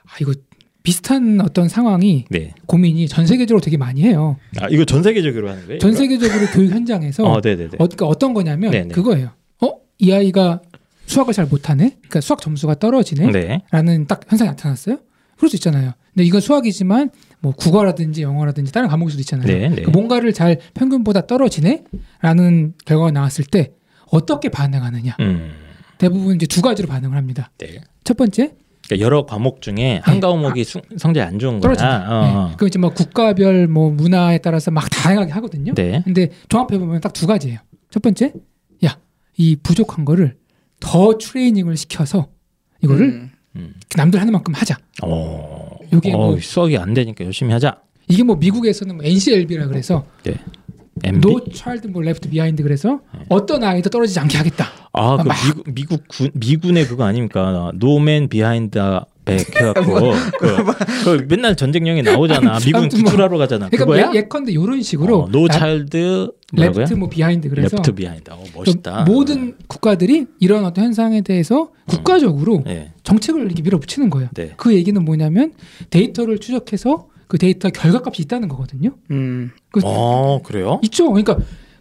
아 이거 비슷한 어떤 상황이
네.
고민이 전 세계적으로 되게 많이 해요.
아 이거 전 세계적으로 하는 거예요?
전
이거?
세계적으로 교육 현장에서
어, 네, 네, 네.
어, 그러니까 어떤 거냐면
네, 네.
그거예요. 어? 이 아이가 수학을 잘 못하네? 그러니까 수학 점수가 떨어지네?
네.
라는 딱 현상이 나타났어요? 그럴 수 있잖아요. 근데 이건 수학이지만 뭐 국어라든지 영어라든지 다른 과목일 수도 있잖아요.
네, 네.
그 뭔가를 잘 평균보다 떨어지네? 라는 결과가 나왔을 때 어떻게 반응하느냐?
음.
대부분 이제 두 가지로 반응을 합니다.
네.
첫 번째,
그러니까 여러 과목 중에 한 과목이 수- 성적이 안 좋은 거야.
네. 아. 떨어진다.
어,
네.
어.
그럼 이제 뭐 국가별 뭐 문화에 따라서 막 다양하게 하거든요.
네.
근데 종합해 보면 딱 두 가지예요. 첫 번째, 야 이 부족한 거를 더 트레이닝을 시켜서 이거를
음.
남들 하는 만큼 하자.
어.
요게
어,
뭐-
수학이 안 되니까 열심히 하자.
이게 뭐 미국에서는 뭐 NCLB라 그래서
네. MB?
No Child 뭐 Left Behind 그래서
네.
어떤 아이도 떨어지지 않게 하겠다.
아, 그
막-
미국, 미국 군, 미군의 그거 아닙니까? 노맨 비하인드 백 해갖고 그, 그 맨날 전쟁 영에 나오잖아. 미군
뭐, 아무튼 뭐-
구출하러 가잖아.
그러니까
그거야?
예, 컨대 이런 식으로
어, 노
나-
차일드 뭐라고요?
Left 뭐 Behind 그래서
레프트 비하인드. 어, 멋있다.
모든 국가들이 이런 어떤 현상에 대해서 국가적으로
예.
정책을 이렇게 밀어붙이는 거예요.
네.
그 얘기는 뭐냐면 데이터를 추적해서 그 데이터 결과값이 있다는 거거든요.
음.
그
어, 그래요?
있죠. 그러니까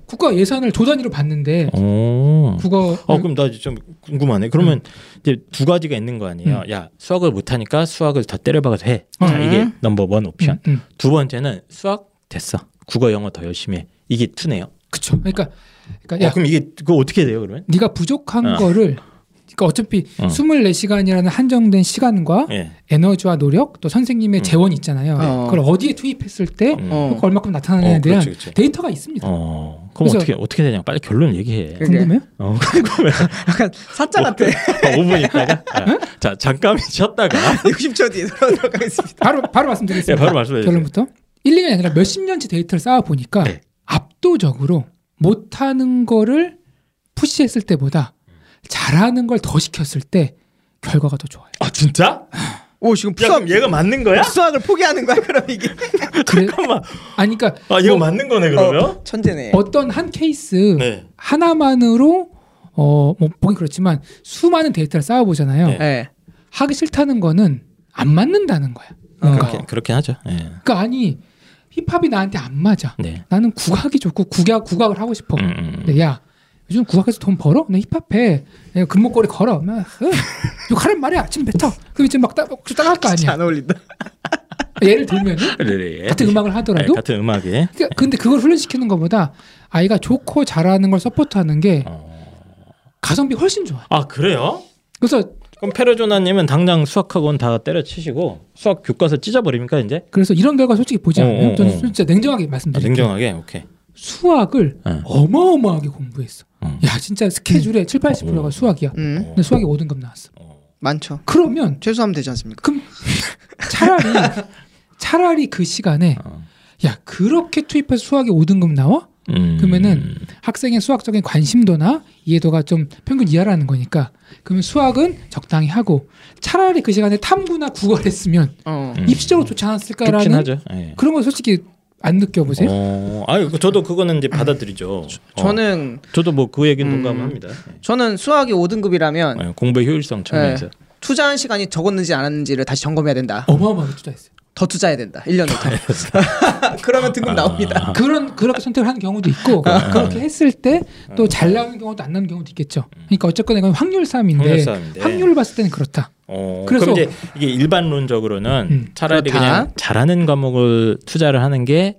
국가 예산을 조 단위로 봤는데
어.
국어
어, 그럼 나 좀 궁금하네. 그러면 이제 두 가지가 있는 거 아니에요? 야, 수학을 못하니까 수학을 다 때려박아서 해. 자,
음.
이게 넘버 원 옵션.
음, 음.
두 번째는 수학 됐어. 국어 영어 더 열심히 해. 이게 투네요.
그쵸. 그러니까 그러니까 야
어, 그럼 이게 그거 어떻게 돼요, 그러면?
네가 부족한
어.
거를 그러니까 어차피
어.
24시간이라는 한정된 시간과
예.
에너지와 노력 또 선생님의
음.
재원이 있잖아요.
네.
그걸 어디에 투입했을 때
음.
어.
효과 얼마큼 나타나느냐에
어,
대한
그렇지, 그렇지.
데이터가 있습니다.
어. 그럼
그래서-
어떻게 어떻게 되냐? 빨리 결론 얘기해.
그-
궁금해요?
어, 궁금해.
약간
어.
사자 같아.
5분 있다가 아, 자 잠깐 쉬었다가
60초 뒤에 돌아가겠습니다.
바로
예,
바로 말씀드리겠습니다.
바로 말씀해 주세요.
결론부터 1, 2년이 아니라 몇십 년치 데이터를 쌓아 보니까
네.
압도적으로 못하는 거를 푸시했을 때보다 잘하는 걸 더 시켰을 때 결과가 더 좋아요.
아 진짜?
오 지금
야,
수학
그럼 얘가 맞는 거야?
수학을 포기하는 거야 그럼 이게?
그래,
잠깐만.
아니 그러니까
아 이거 맞는 거네 그러면?
어, 천재네.
어떤 한 케이스
네.
하나만으로 어뭐 보긴 그렇지만 수많은 데이터를 쌓아 보잖아요.
네.
예.
하기 싫다는 거는 안 맞는다는 거야. 뭔가.
아, 음, 그렇게 그렇게 하죠. 예.
그러니까 아니 힙합이 나한테 안 맞아.
네.
나는 국악이 좋고 국악 국악을 하고 싶어.
음, 음.
근데 야 요즘 국악에서 돈 벌어? 내 힙합해. 내가 금목걸이 걸어. 막 흥, 욕하란 말이야. 아침 뱉어. 그럼 이제 막 따, 따라할 거 아니야.
안 어울린다.
예를 들면 은
네, 네, 예.
같은 음악을
네,
하더라도
같은 음악에.
그러니까 근데 그걸 훈련시키는 것보다 아이가 좋고 잘하는 걸 서포트하는 게
어.
가성비 훨씬 좋아.
아 그래요?
그래서
그럼 페르조나님은 당장 수학학원 다 때려치시고 수학 교과서 찢어버립니까 이제?
그래서 이런 결과 솔직히 보지
어,
않아요.
어,
저는
어.
진짜 냉정하게
아,
말씀드릴게요.
냉정하게 오케이.
수학을
어.
어마어마하게 공부했어.
어.
야 진짜 스케줄의 7, 80%가 수학이야.
음
어.
근데 수학이 5등급 나왔어.
많죠.
그러면
최소하면 되지 않습니까?
그럼 차라리 차라리 그 시간에
어.
야 그렇게 투입해서 수학이 5등급 나와?
음.
그러면은 학생의 수학적인 관심도나 이해도가 좀 평균 이하라는 거니까 그러면 수학은 적당히 하고 차라리 그 시간에 탐구나 국어를 했으면
어.
음.
입시적으로 좋지
좋긴
않았을까라는
하죠. 예.
그런 걸 솔직히 안 느껴보세요?
어, 아유, 그 저도 그거는 이제
음.
받아들이죠.
저는
어, 저도 뭐 그 얘기는
음.
동감합니다.
저는 수학이 5등급이라면
예, 공부의 효율성 측면에서.
투자한 시간이 적었는지 안 했는지를 다시 점검해야 된다.
어마어마하게 투자했어요.
더 투자해야 된다. 1년을 더. 그러면
아,
등급 나옵니다.
그런 그렇게 선택을 하는 경우도 있고 그렇게 했을 때 또
아.
잘 나오는 경우도 안 나오는 경우도 있겠죠. 그러니까 어쨌거나 이건 확률 싸움인데
음. 확률 싸움인데.
확률을 봤을 때는 그렇다.
어, 그럼
그래서-
이제 이게 일반론적으로는
음,
차라리
그렇다.
그냥 잘하는 과목을 투자를 하는 게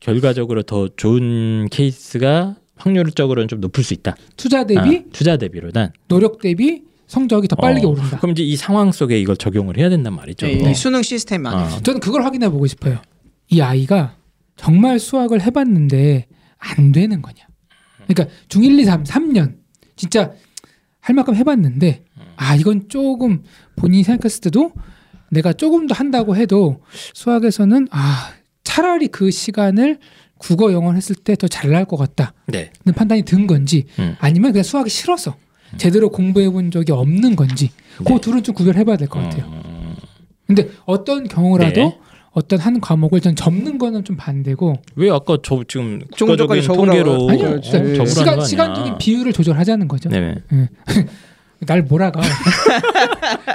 결과적으로 더 좋은 케이스가 확률적으로는 좀 높을 수 있다.
투자 대비
아, 투자 대비로단.
노력 대비 성적이 더 빠르게
어,
오른다. 네,
그럼 이제 이 상황 속에 이걸 적용을 해야 된단 말이죠.
예, 이, 이 수능 시스템 안에.
아,
저는 그걸 확인해 보고 싶어요. 이 아이가 정말 수학을 해봤는데 안 되는 거냐. 그러니까 중1, 2, 3, 3년 진짜 할 만큼 해봤는데 아 이건 조금 본인이 생각했을 때도 내가 조금 더 한다고 해도 수학에서는 아 차라리 그 시간을 국어 영어를 했을 때 더 잘 나올 것 같다는
네.
판단이 든 건지
음.
아니면 그냥 수학이 싫어서 제대로 공부해 본 적이 없는 건지 그 둘은 좀 구별해 봐야 될 것 같아요.
네. 음,
근데 어떤 경우라도
네.
어떤 한 과목을 전 접는 거는 좀 반대고
왜 아까 저 지금
종교적인
국가적인
적으라고-
통계로
아니요,
어,
아니요
진짜
적으라는 거
시간
아니야.
시간적인 비율을 조절하자는 거죠.
네, 네.
날 몰아가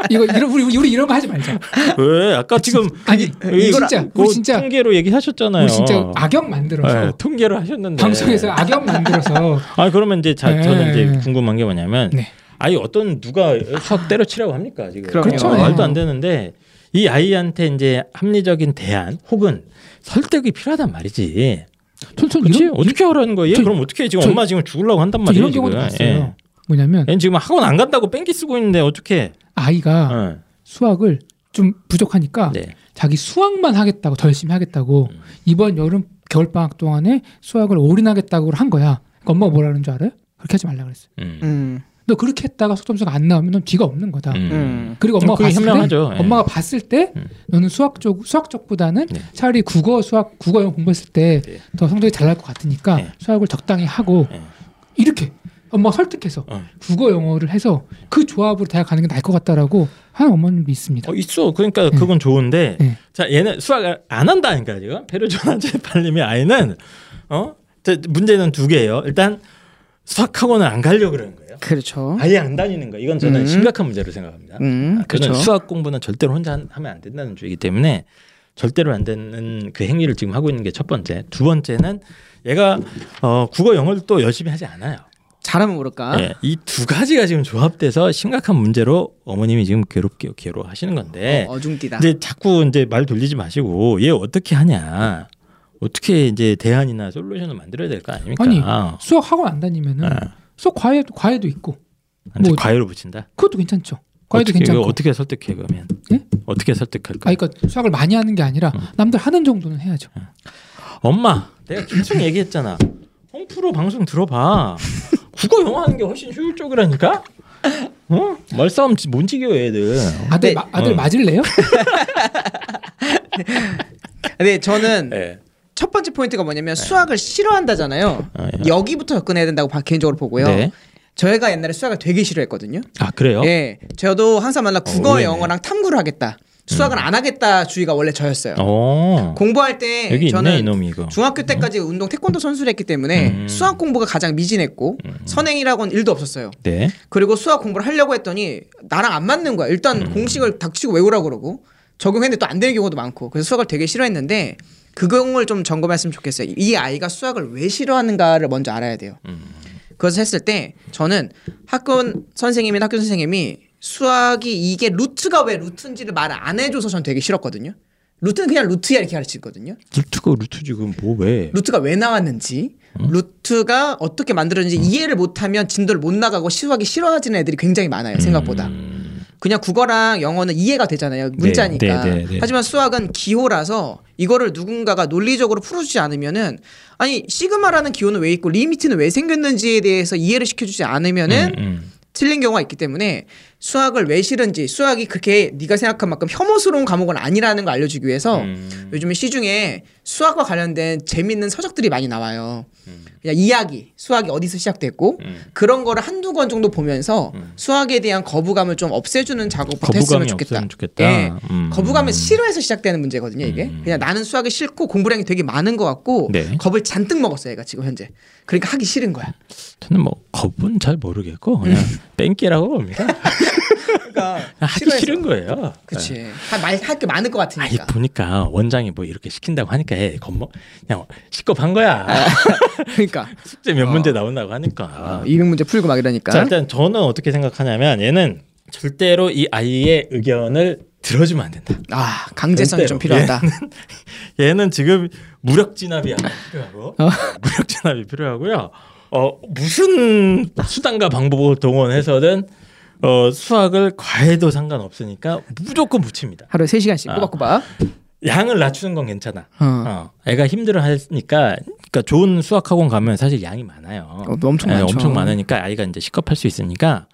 이거 이런 우리 우리 이런 거 하지 말자.
왜 아까 지금
아니 우리
이걸
그 진짜
뭐
우리 진짜
통계로 얘기하셨잖아요.
우리 진짜 악역 만들어서
네, 통계로 하셨는데
방송에서 악역 만들어서
아 그러면 이제 자,
네.
저는 이제 궁금한 게 뭐냐면
네.
아이 어떤 누가 확 때려치라고 합니까 지금
그럼요.
그렇죠.
어, 말도 안 되는데 이 아이한테 이제 합리적인 대안 혹은 설득이 필요하단 말이지.
천천
그렇지?
이런
어떻게 하라는 거야? 얘
저-
그럼 어떻게 해? 지금
저-
엄마 지금 죽으려고 한단
저
말이야
이런
지금.
경우도 봤어요.
예.
뭐냐면
얘는 지금 학원 안 간다고 뺑기 쓰고 있는데 어떻게?
아이가 아. 수학을 좀 부족하니까
네. 음.
자기 수학만 하겠다고 더 열심히 하겠다고 이번 여름 겨울 방학 동안에 수학을 올인하겠다고 한 거야. 그러니까 엄마가 뭐라는 줄 알아요? 그렇게 하지 말라 그랬어.
음.
음.
너 그렇게 했다가 수학 점수가 안 나오면 넌 뒤가 없는 거다.
음.
음.
그리고
음,
엄마가
그게
봤을
현명하죠.
때,
예.
엄마가 봤을 때
음.
너는 수학 쪽 수학 쪽보다는
네.
차라리 국어 수학 국어 영어 공부했을 때 더
네.
성적이 잘 날 것 같으니까
네.
수학을 적당히 하고
네.
이렇게 엄마 가 설득해서
어.
국어 영어를 해서 그 조합으로 대학 가는 게 나을 것 같다라고 하는 어머님도 있습니다.
어, 있어.
음.
그러니까 그건 좋은데
네.
자 얘는 수학을 안 한다니까 지금 페르조나제 팔림의 아이는 어 자, 문제는 두 개예요. 일단 수학 학원을 안 가려 고 그러는 거예요.
그렇죠.
아예 안 다니는 거. 이건 저는
음.
심각한 문제로 생각합니다.
음.
저는
그렇죠.
아, 수학 공부는 절대로 혼자 한- 하면 안 된다는 주의이기 때문에 절대로 안 되는 그 행위를 지금 하고 있는 게 첫 번째. 두 번째는 얘가 어, 국어 영어를 또 열심히 하지 않아요. 예,
잘하면 모를까.
이 두 가지가 지금 조합돼서 심각한 문제로 어머님이 지금 괴롭게 괴로워하시는 건데
어, 어중띠다.
근데 자꾸 이제 말 돌리지 마시고 얘 어떻게 하냐 어떻게 이제 대안이나 솔루션을 만들어야 될 거 아닙니까?
아니 수학 학원 안 다니면은
네.
수학 과외도 과외도 있고
아니,
뭐-
과외로 붙인다.
그것도 괜찮죠. 과외도
어떻게,
괜찮고.
이거 어떻게 설득해 그러면?
예?
어떻게 설득할까?
아, 그러니까 수학을 많이 하는 게 아니라
어.
남들 하는 정도는 해야죠.
네. 엄마, 내가 계속 얘기했잖아. 홍프로 방송 들어봐. 국어 영어 하는 게 훨씬 효율적이라니까. 어? 말싸움 지- 못 지겨 애들.
아들
네.
마- 아들
어.
맞을래요?
근데 저는
예.
첫 번째 포인트가 뭐냐면 수학을 싫어한다잖아요.
네. 아, 예.
여기부터 접근해야 된다고 봐- 개인적으로 보고요.
네.
저희가 옛날에 수학을 되게 싫어했거든요.
아 그래요?
예, 저도 항상 만나 국어,
의외네.
영어랑 탐구를 하겠다. 수학은 안 하겠다 주의가 원래 저였어요.
음. 어.
공부할 때
여기 있네
저는
이놈이 이거.
중학교 때까지 운동 태권도 선수를 했기 때문에
음.
수학 공부가 가장 미진했고 선행이라고는 일도 없었어요.
네.
그리고 수학 공부를 하려고 했더니 나랑 안 맞는 거야. 일단 공식을 닥치고 외우라 그러고 적용했는데 또 안 되는 경우도 많고 그래서 수학을 되게 싫어했는데 그 경우를 좀 점검했으면 좋겠어요. 이 아이가 수학을 왜 싫어하는가를 먼저 알아야 돼요. 그것을 했을 때 저는 학교 선생님이나 학교 선생님이 수학이 이게 루트가 왜 루트인지를 말 안 해줘서 전 되게 싫었거든요. 루트는 그냥 루트야 이렇게 가르치거든요.
루트가 루트지 그럼 뭐 왜?
루트가 왜 나왔는지
음?
루트가 어떻게 만들어진지 이해를 못하면 진도를 못 나가고 수학이 싫어하지는 애들이 굉장히
음.
많아요 생각보다 그냥 국어랑 영어는 이해가 되잖아요 문자니까
네, 네, 네.
하지만 수학은 기호라서 이거를 누군가가 논리적으로 풀어주지 않으면은 아니 시그마라는 기호는 왜 있고 리미트는 왜 생겼는지에 대해서 이해를 시켜주지 않으면은
음.
틀린 경우가 있기 때문에 수학을 왜 싫은지 수학이 그렇게 네가 생각한 만큼 혐오스러운 과목은 아니라는 걸 알려주기 위해서
음.
요즘에 시중에 수학과 관련된 재밌는 서적들이 많이 나와요. 그냥 이야기 수학이 어디서 시작됐고
음.
그런 거를 한두 권 정도 보면서 수학에 대한 거부감을 좀 없애주는 작업부터 했으면
거부감이
좋겠다.
없으면 좋겠다.
예.
음.
거부감은 싫어해서 시작되는 문제거든요 이게 그냥 나는 수학이 싫고 공부량이 되게 많은 것 같고
네.
겁을 잔뜩 먹었어요 얘가 지금 현재 그러니까 하기 싫은 거야
저는 뭐 겁은 잘 모르겠고 그냥 뺑기라고 봅니다.
그러니까
하기
음. 싫어해서. 그러니까.
싫은 거예요.
그치 말할게 많을 것
아니
같으니까
보니까 원장이 뭐 이렇게 시킨다고 하니까 에 겁먹 그냥 시겁한 거야.
그러니까 어,
숙제 몇 문제 나온다고
아,
하니까. 아.
이백 문제 풀고 막 이러니까
자 일단 저는 어떻게 생각하냐면 얘는 절대로 이 아이의 의견을 들어주면 안 된다.
아 강제성이 좀
절대로.
필요하다
얘는 지금 무력 진압이 아마 필요하고 무력 진압이 필요하고요. 어 무슨 수단과 방법을 동원해서든 어 수학을 과외도 상관없으니까 무조건 붙입니다.
하루에 세시간씩
아.
꼬박꼬박
양을 낮추는 건 괜찮아.
어.
어, 애가 힘들어 하니까 그러니까 좋은 수학 학원 가면 사실 양이 많아요.
어, 엄청
예,
많죠.
엄청 많으니까 아이가 이제 시겁할 수 있으니까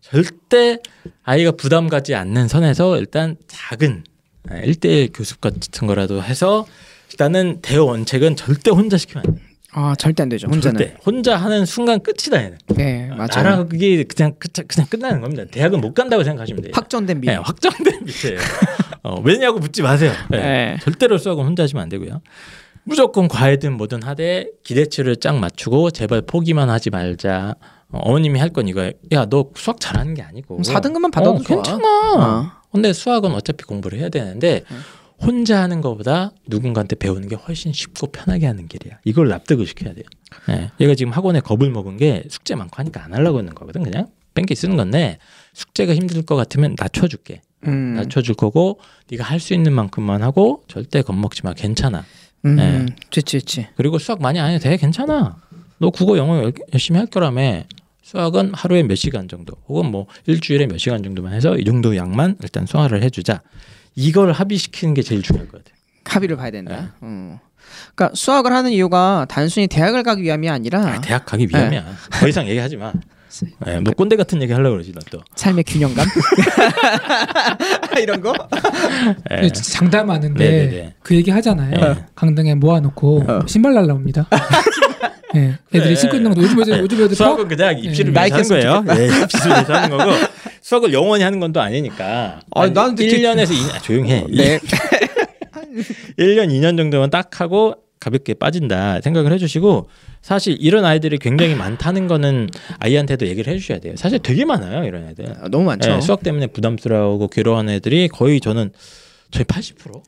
절대 아이가 부담 가지 않는 선에서 일단 작은 예, 1대1 교습 같은 거라도 해서 일단은 대원책은 절대 혼자 시키면 안 돼.
아 절대 안 되죠 혼자는
절대. 혼자 하는 순간 끝이다 얘는.
네 맞아요
나라 그게 그냥 끝- 그냥 끝나는 겁니다. 대학은 못 간다고 생각하시면 돼요.
확정된
예,
미래
확정된 밑에 어, 왜냐고 묻지 마세요. 예,
네.
절대로 수학은 혼자 하시면 안 되고요. 무조건 과외든 뭐든 하되 기대치를 쫙 맞추고 제발 포기만 하지 말자. 어, 어머님이 할 건 이거야. 야, 너 수학 잘하는 게 아니고.
그럼 4등급만 받아도
어,
좋아.
괜찮아. 근데 수학은 어차피 공부를 해야 되는데 혼자 하는 것보다 누군가한테 배우는 게 훨씬 쉽고 편하게 하는 길이야. 이걸 납득을 시켜야 돼요. 예. 얘가 지금 학원에 겁을 먹은 게 숙제 많고 하니까 안 하려고 하는 거거든. 그냥 뺑기 쓰는 건데 숙제가 힘들 것 같으면 낮춰줄게.
음,
낮춰줄 거고 네가 할 수 있는 만큼만 하고 절대 겁먹지 마. 괜찮아.
음,
예.
그치 그치
그리고 수학 많이 안 해도 돼 괜찮아 너 국어 영어 열- 열심히 할 거라며 수학은 하루에 몇 시간 정도 혹은 뭐 일주일에 몇 시간 정도만 해서 이 정도 양만 일단 소화를 해주자 이걸 합의시키는 게 제일 중요할 것 같아요
합의를 봐야 된다
네.
음. 그러니까 수학을 하는 이유가 단순히 대학을 가기 위함이 아니라
아, 대학 가기
네.
위함이야 더 이상 얘기하지 마 예, 뭐 꼰대 같은 얘기 하려고 그러지 나또
삶의 균형감 이런 거
예.
근데 네, 장담하는데
네네네. 네.
그 얘기 하잖아요.
예.
강등에 모아놓고 신발 날라옵니다. 예, 애들이 신고 있는 건 요즘 애들 요즘 애들
네. 수학은
퍽-
그냥 입시를
예.
위해서 하는
나이키
거예요 예, 입시를 위해서 하는 거고 수학을 영원히 하는 건 또 아니니까
아니,
한
나는 되게-
1년에서 2년 아, 조용해
네
1년, 2년 정도만 딱 하고 가볍게 빠진다 생각을 해주시고 사실 이런 아이들이 굉장히 많다는 거는 아이한테도 얘기를 해주셔야 돼요. 사실 되게 많아요 이런 애들.
아, 너무 많죠
예, 수학 때문에 부담스러워하고 괴로워하는 애들이 거의 저는 저희 80%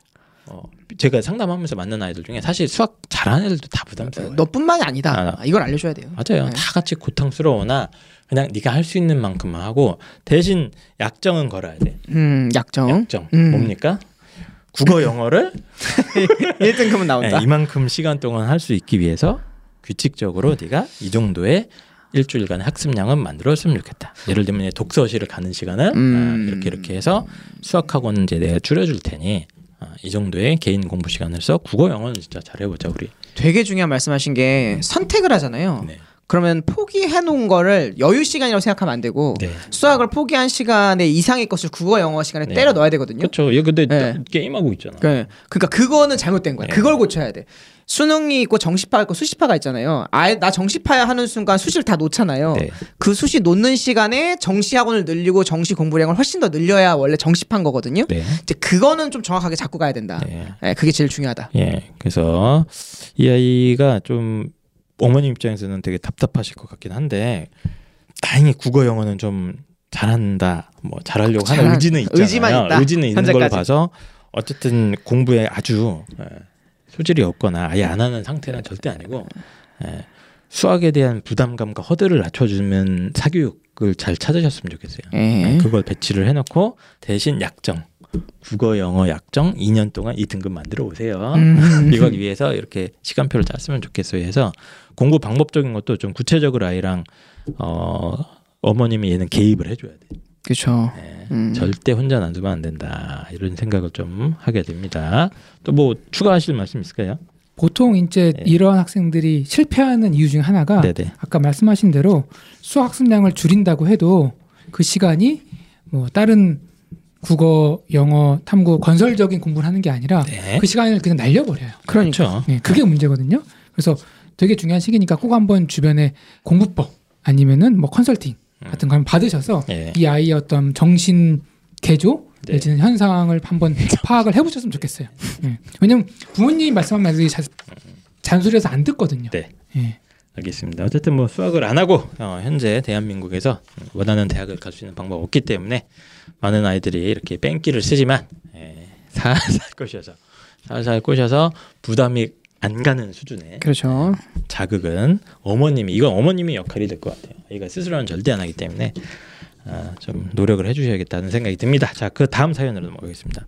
어, 제가 상담하면서 만난 아이들 중에 사실 수학 잘하는 애들도 다 부담스러워요.
너뿐만이 아니다
아,
이걸 알려줘야 돼요
맞아요.
네.
다 같이 고통스러우나 그냥 네가 할 수 있는 만큼만 하고 대신 약정은 걸어야 돼.
음 약정
약정
음.
뭡니까? 국어 영어를
1등급은 나온다
네, 이만큼 시간 동안 할 수 있기 위해서 규칙적으로 네가 이 정도의 일주일간의 학습량은 만들었으면 좋겠다. 예를 들면 이제 독서실을 가는 시간을
음.
아, 이렇게 이렇게 해서 수학학원은 이제 내가 줄여줄 테니 아, 이 정도의 개인 공부 시간을 써 국어 영어는 진짜 잘해보자 우리.
되게 중요한 말씀하신 게 선택을 하잖아요.
음. 네.
그러면 포기해 놓은 거를 여유 시간이라고 생각하면 안 되고
네.
수학을 포기한 시간에 이상의 것을 국어 영어 시간에
네.
때려 넣어야 되거든요.
그렇죠. 얘 근데
네.
게임하고 있잖아.
그, 그러니까 그거는 잘못된 거야.
네.
그걸 고쳐야 돼. 수능이 있고 정시파가 있고 수시파가 있잖아요. 아예 나 정시파야 하는 순간 수시를 다 놓잖아요.
네.
그 수시 놓는 시간에 정시 학원을 늘리고 정시 공부량을 훨씬 더 늘려야 원래 정시판 거거든요.
네.
이제 그거는 좀 정확하게 잡고 가야 된다.
네.
예, 그게 제일 중요하다.
예, 그래서 이 아이가 좀 어머님 입장에서는 되게 답답하실 것 같긴 한데 다행히 국어 영어는 좀 잘한다, 뭐 잘하려고 하는
잘한-
의지는 있잖아요.
의지만 있다.
의지는 있는 걸로
현재까지.
봐서 어쨌든 공부에 아주 예, 소질이 없거나 아예 안 하는 상태는 절대 아니고 예, 수학에 대한 부담감과 허들을 낮춰주면 사교육을 잘 찾으셨으면 좋겠어요.
예.
네, 그걸 배치를 해놓고 대신 약정 국어 영어 약정 2년 동안 이 등급 만들어 오세요. 이걸 위해서 이렇게 시간표를 짰으면 좋겠어요. 해서 공부 방법적인 것도 좀 구체적으로 아이랑 어, 어머님이 얘는 개입을 해줘야 돼.
그렇죠.
네. 절대 혼자 놔두면 안 된다. 이런 생각을 좀 하게 됩니다. 또 뭐 추가하실 말씀 있을까요?
보통 이제
네.
이러한 학생들이 실패하는 이유 중 하나가
네네.
아까 말씀하신 대로 수학습량을 줄인다고 해도 그 시간이 뭐 다른 국어, 영어, 탐구 건설적인 공부를 하는 게 아니라
네.
그 시간을 그냥 날려버려요.
그렇죠.
네, 그게 문제거든요. 그래서 되게 중요한 시기니까 꼭 한번 주변에 공부법 아니면은 뭐 컨설팅 같은 거 한번 받으셔서
예.
이 아이의 어떤 정신 개조
네.
내지는 현상을 한번 파악을 해보셨으면 좋겠어요. 예. 왜냐면 부모님 말씀한 말들이 자- 잔소리해서 안 듣거든요.
네.
예.
알겠습니다. 어쨌든 뭐 수학을 안 하고 어, 현재 대한민국에서 원하는 대학을 갈 수 있는 방법 없기 때문에 많은 아이들이 이렇게 뺑기를 쓰지만 예, 살살 꼬셔서 살살 꼬셔서 부담이 안 가는 수준의
그렇죠.
자극은 어머님이 이건 어머님이 역할이 될 것 같아요. 아이가 스스로는 절대 안 하기 때문에 아, 좀 노력을 해주셔야겠다는 생각이 듭니다. 자 그 다음 사연으로 넘어가겠습니다.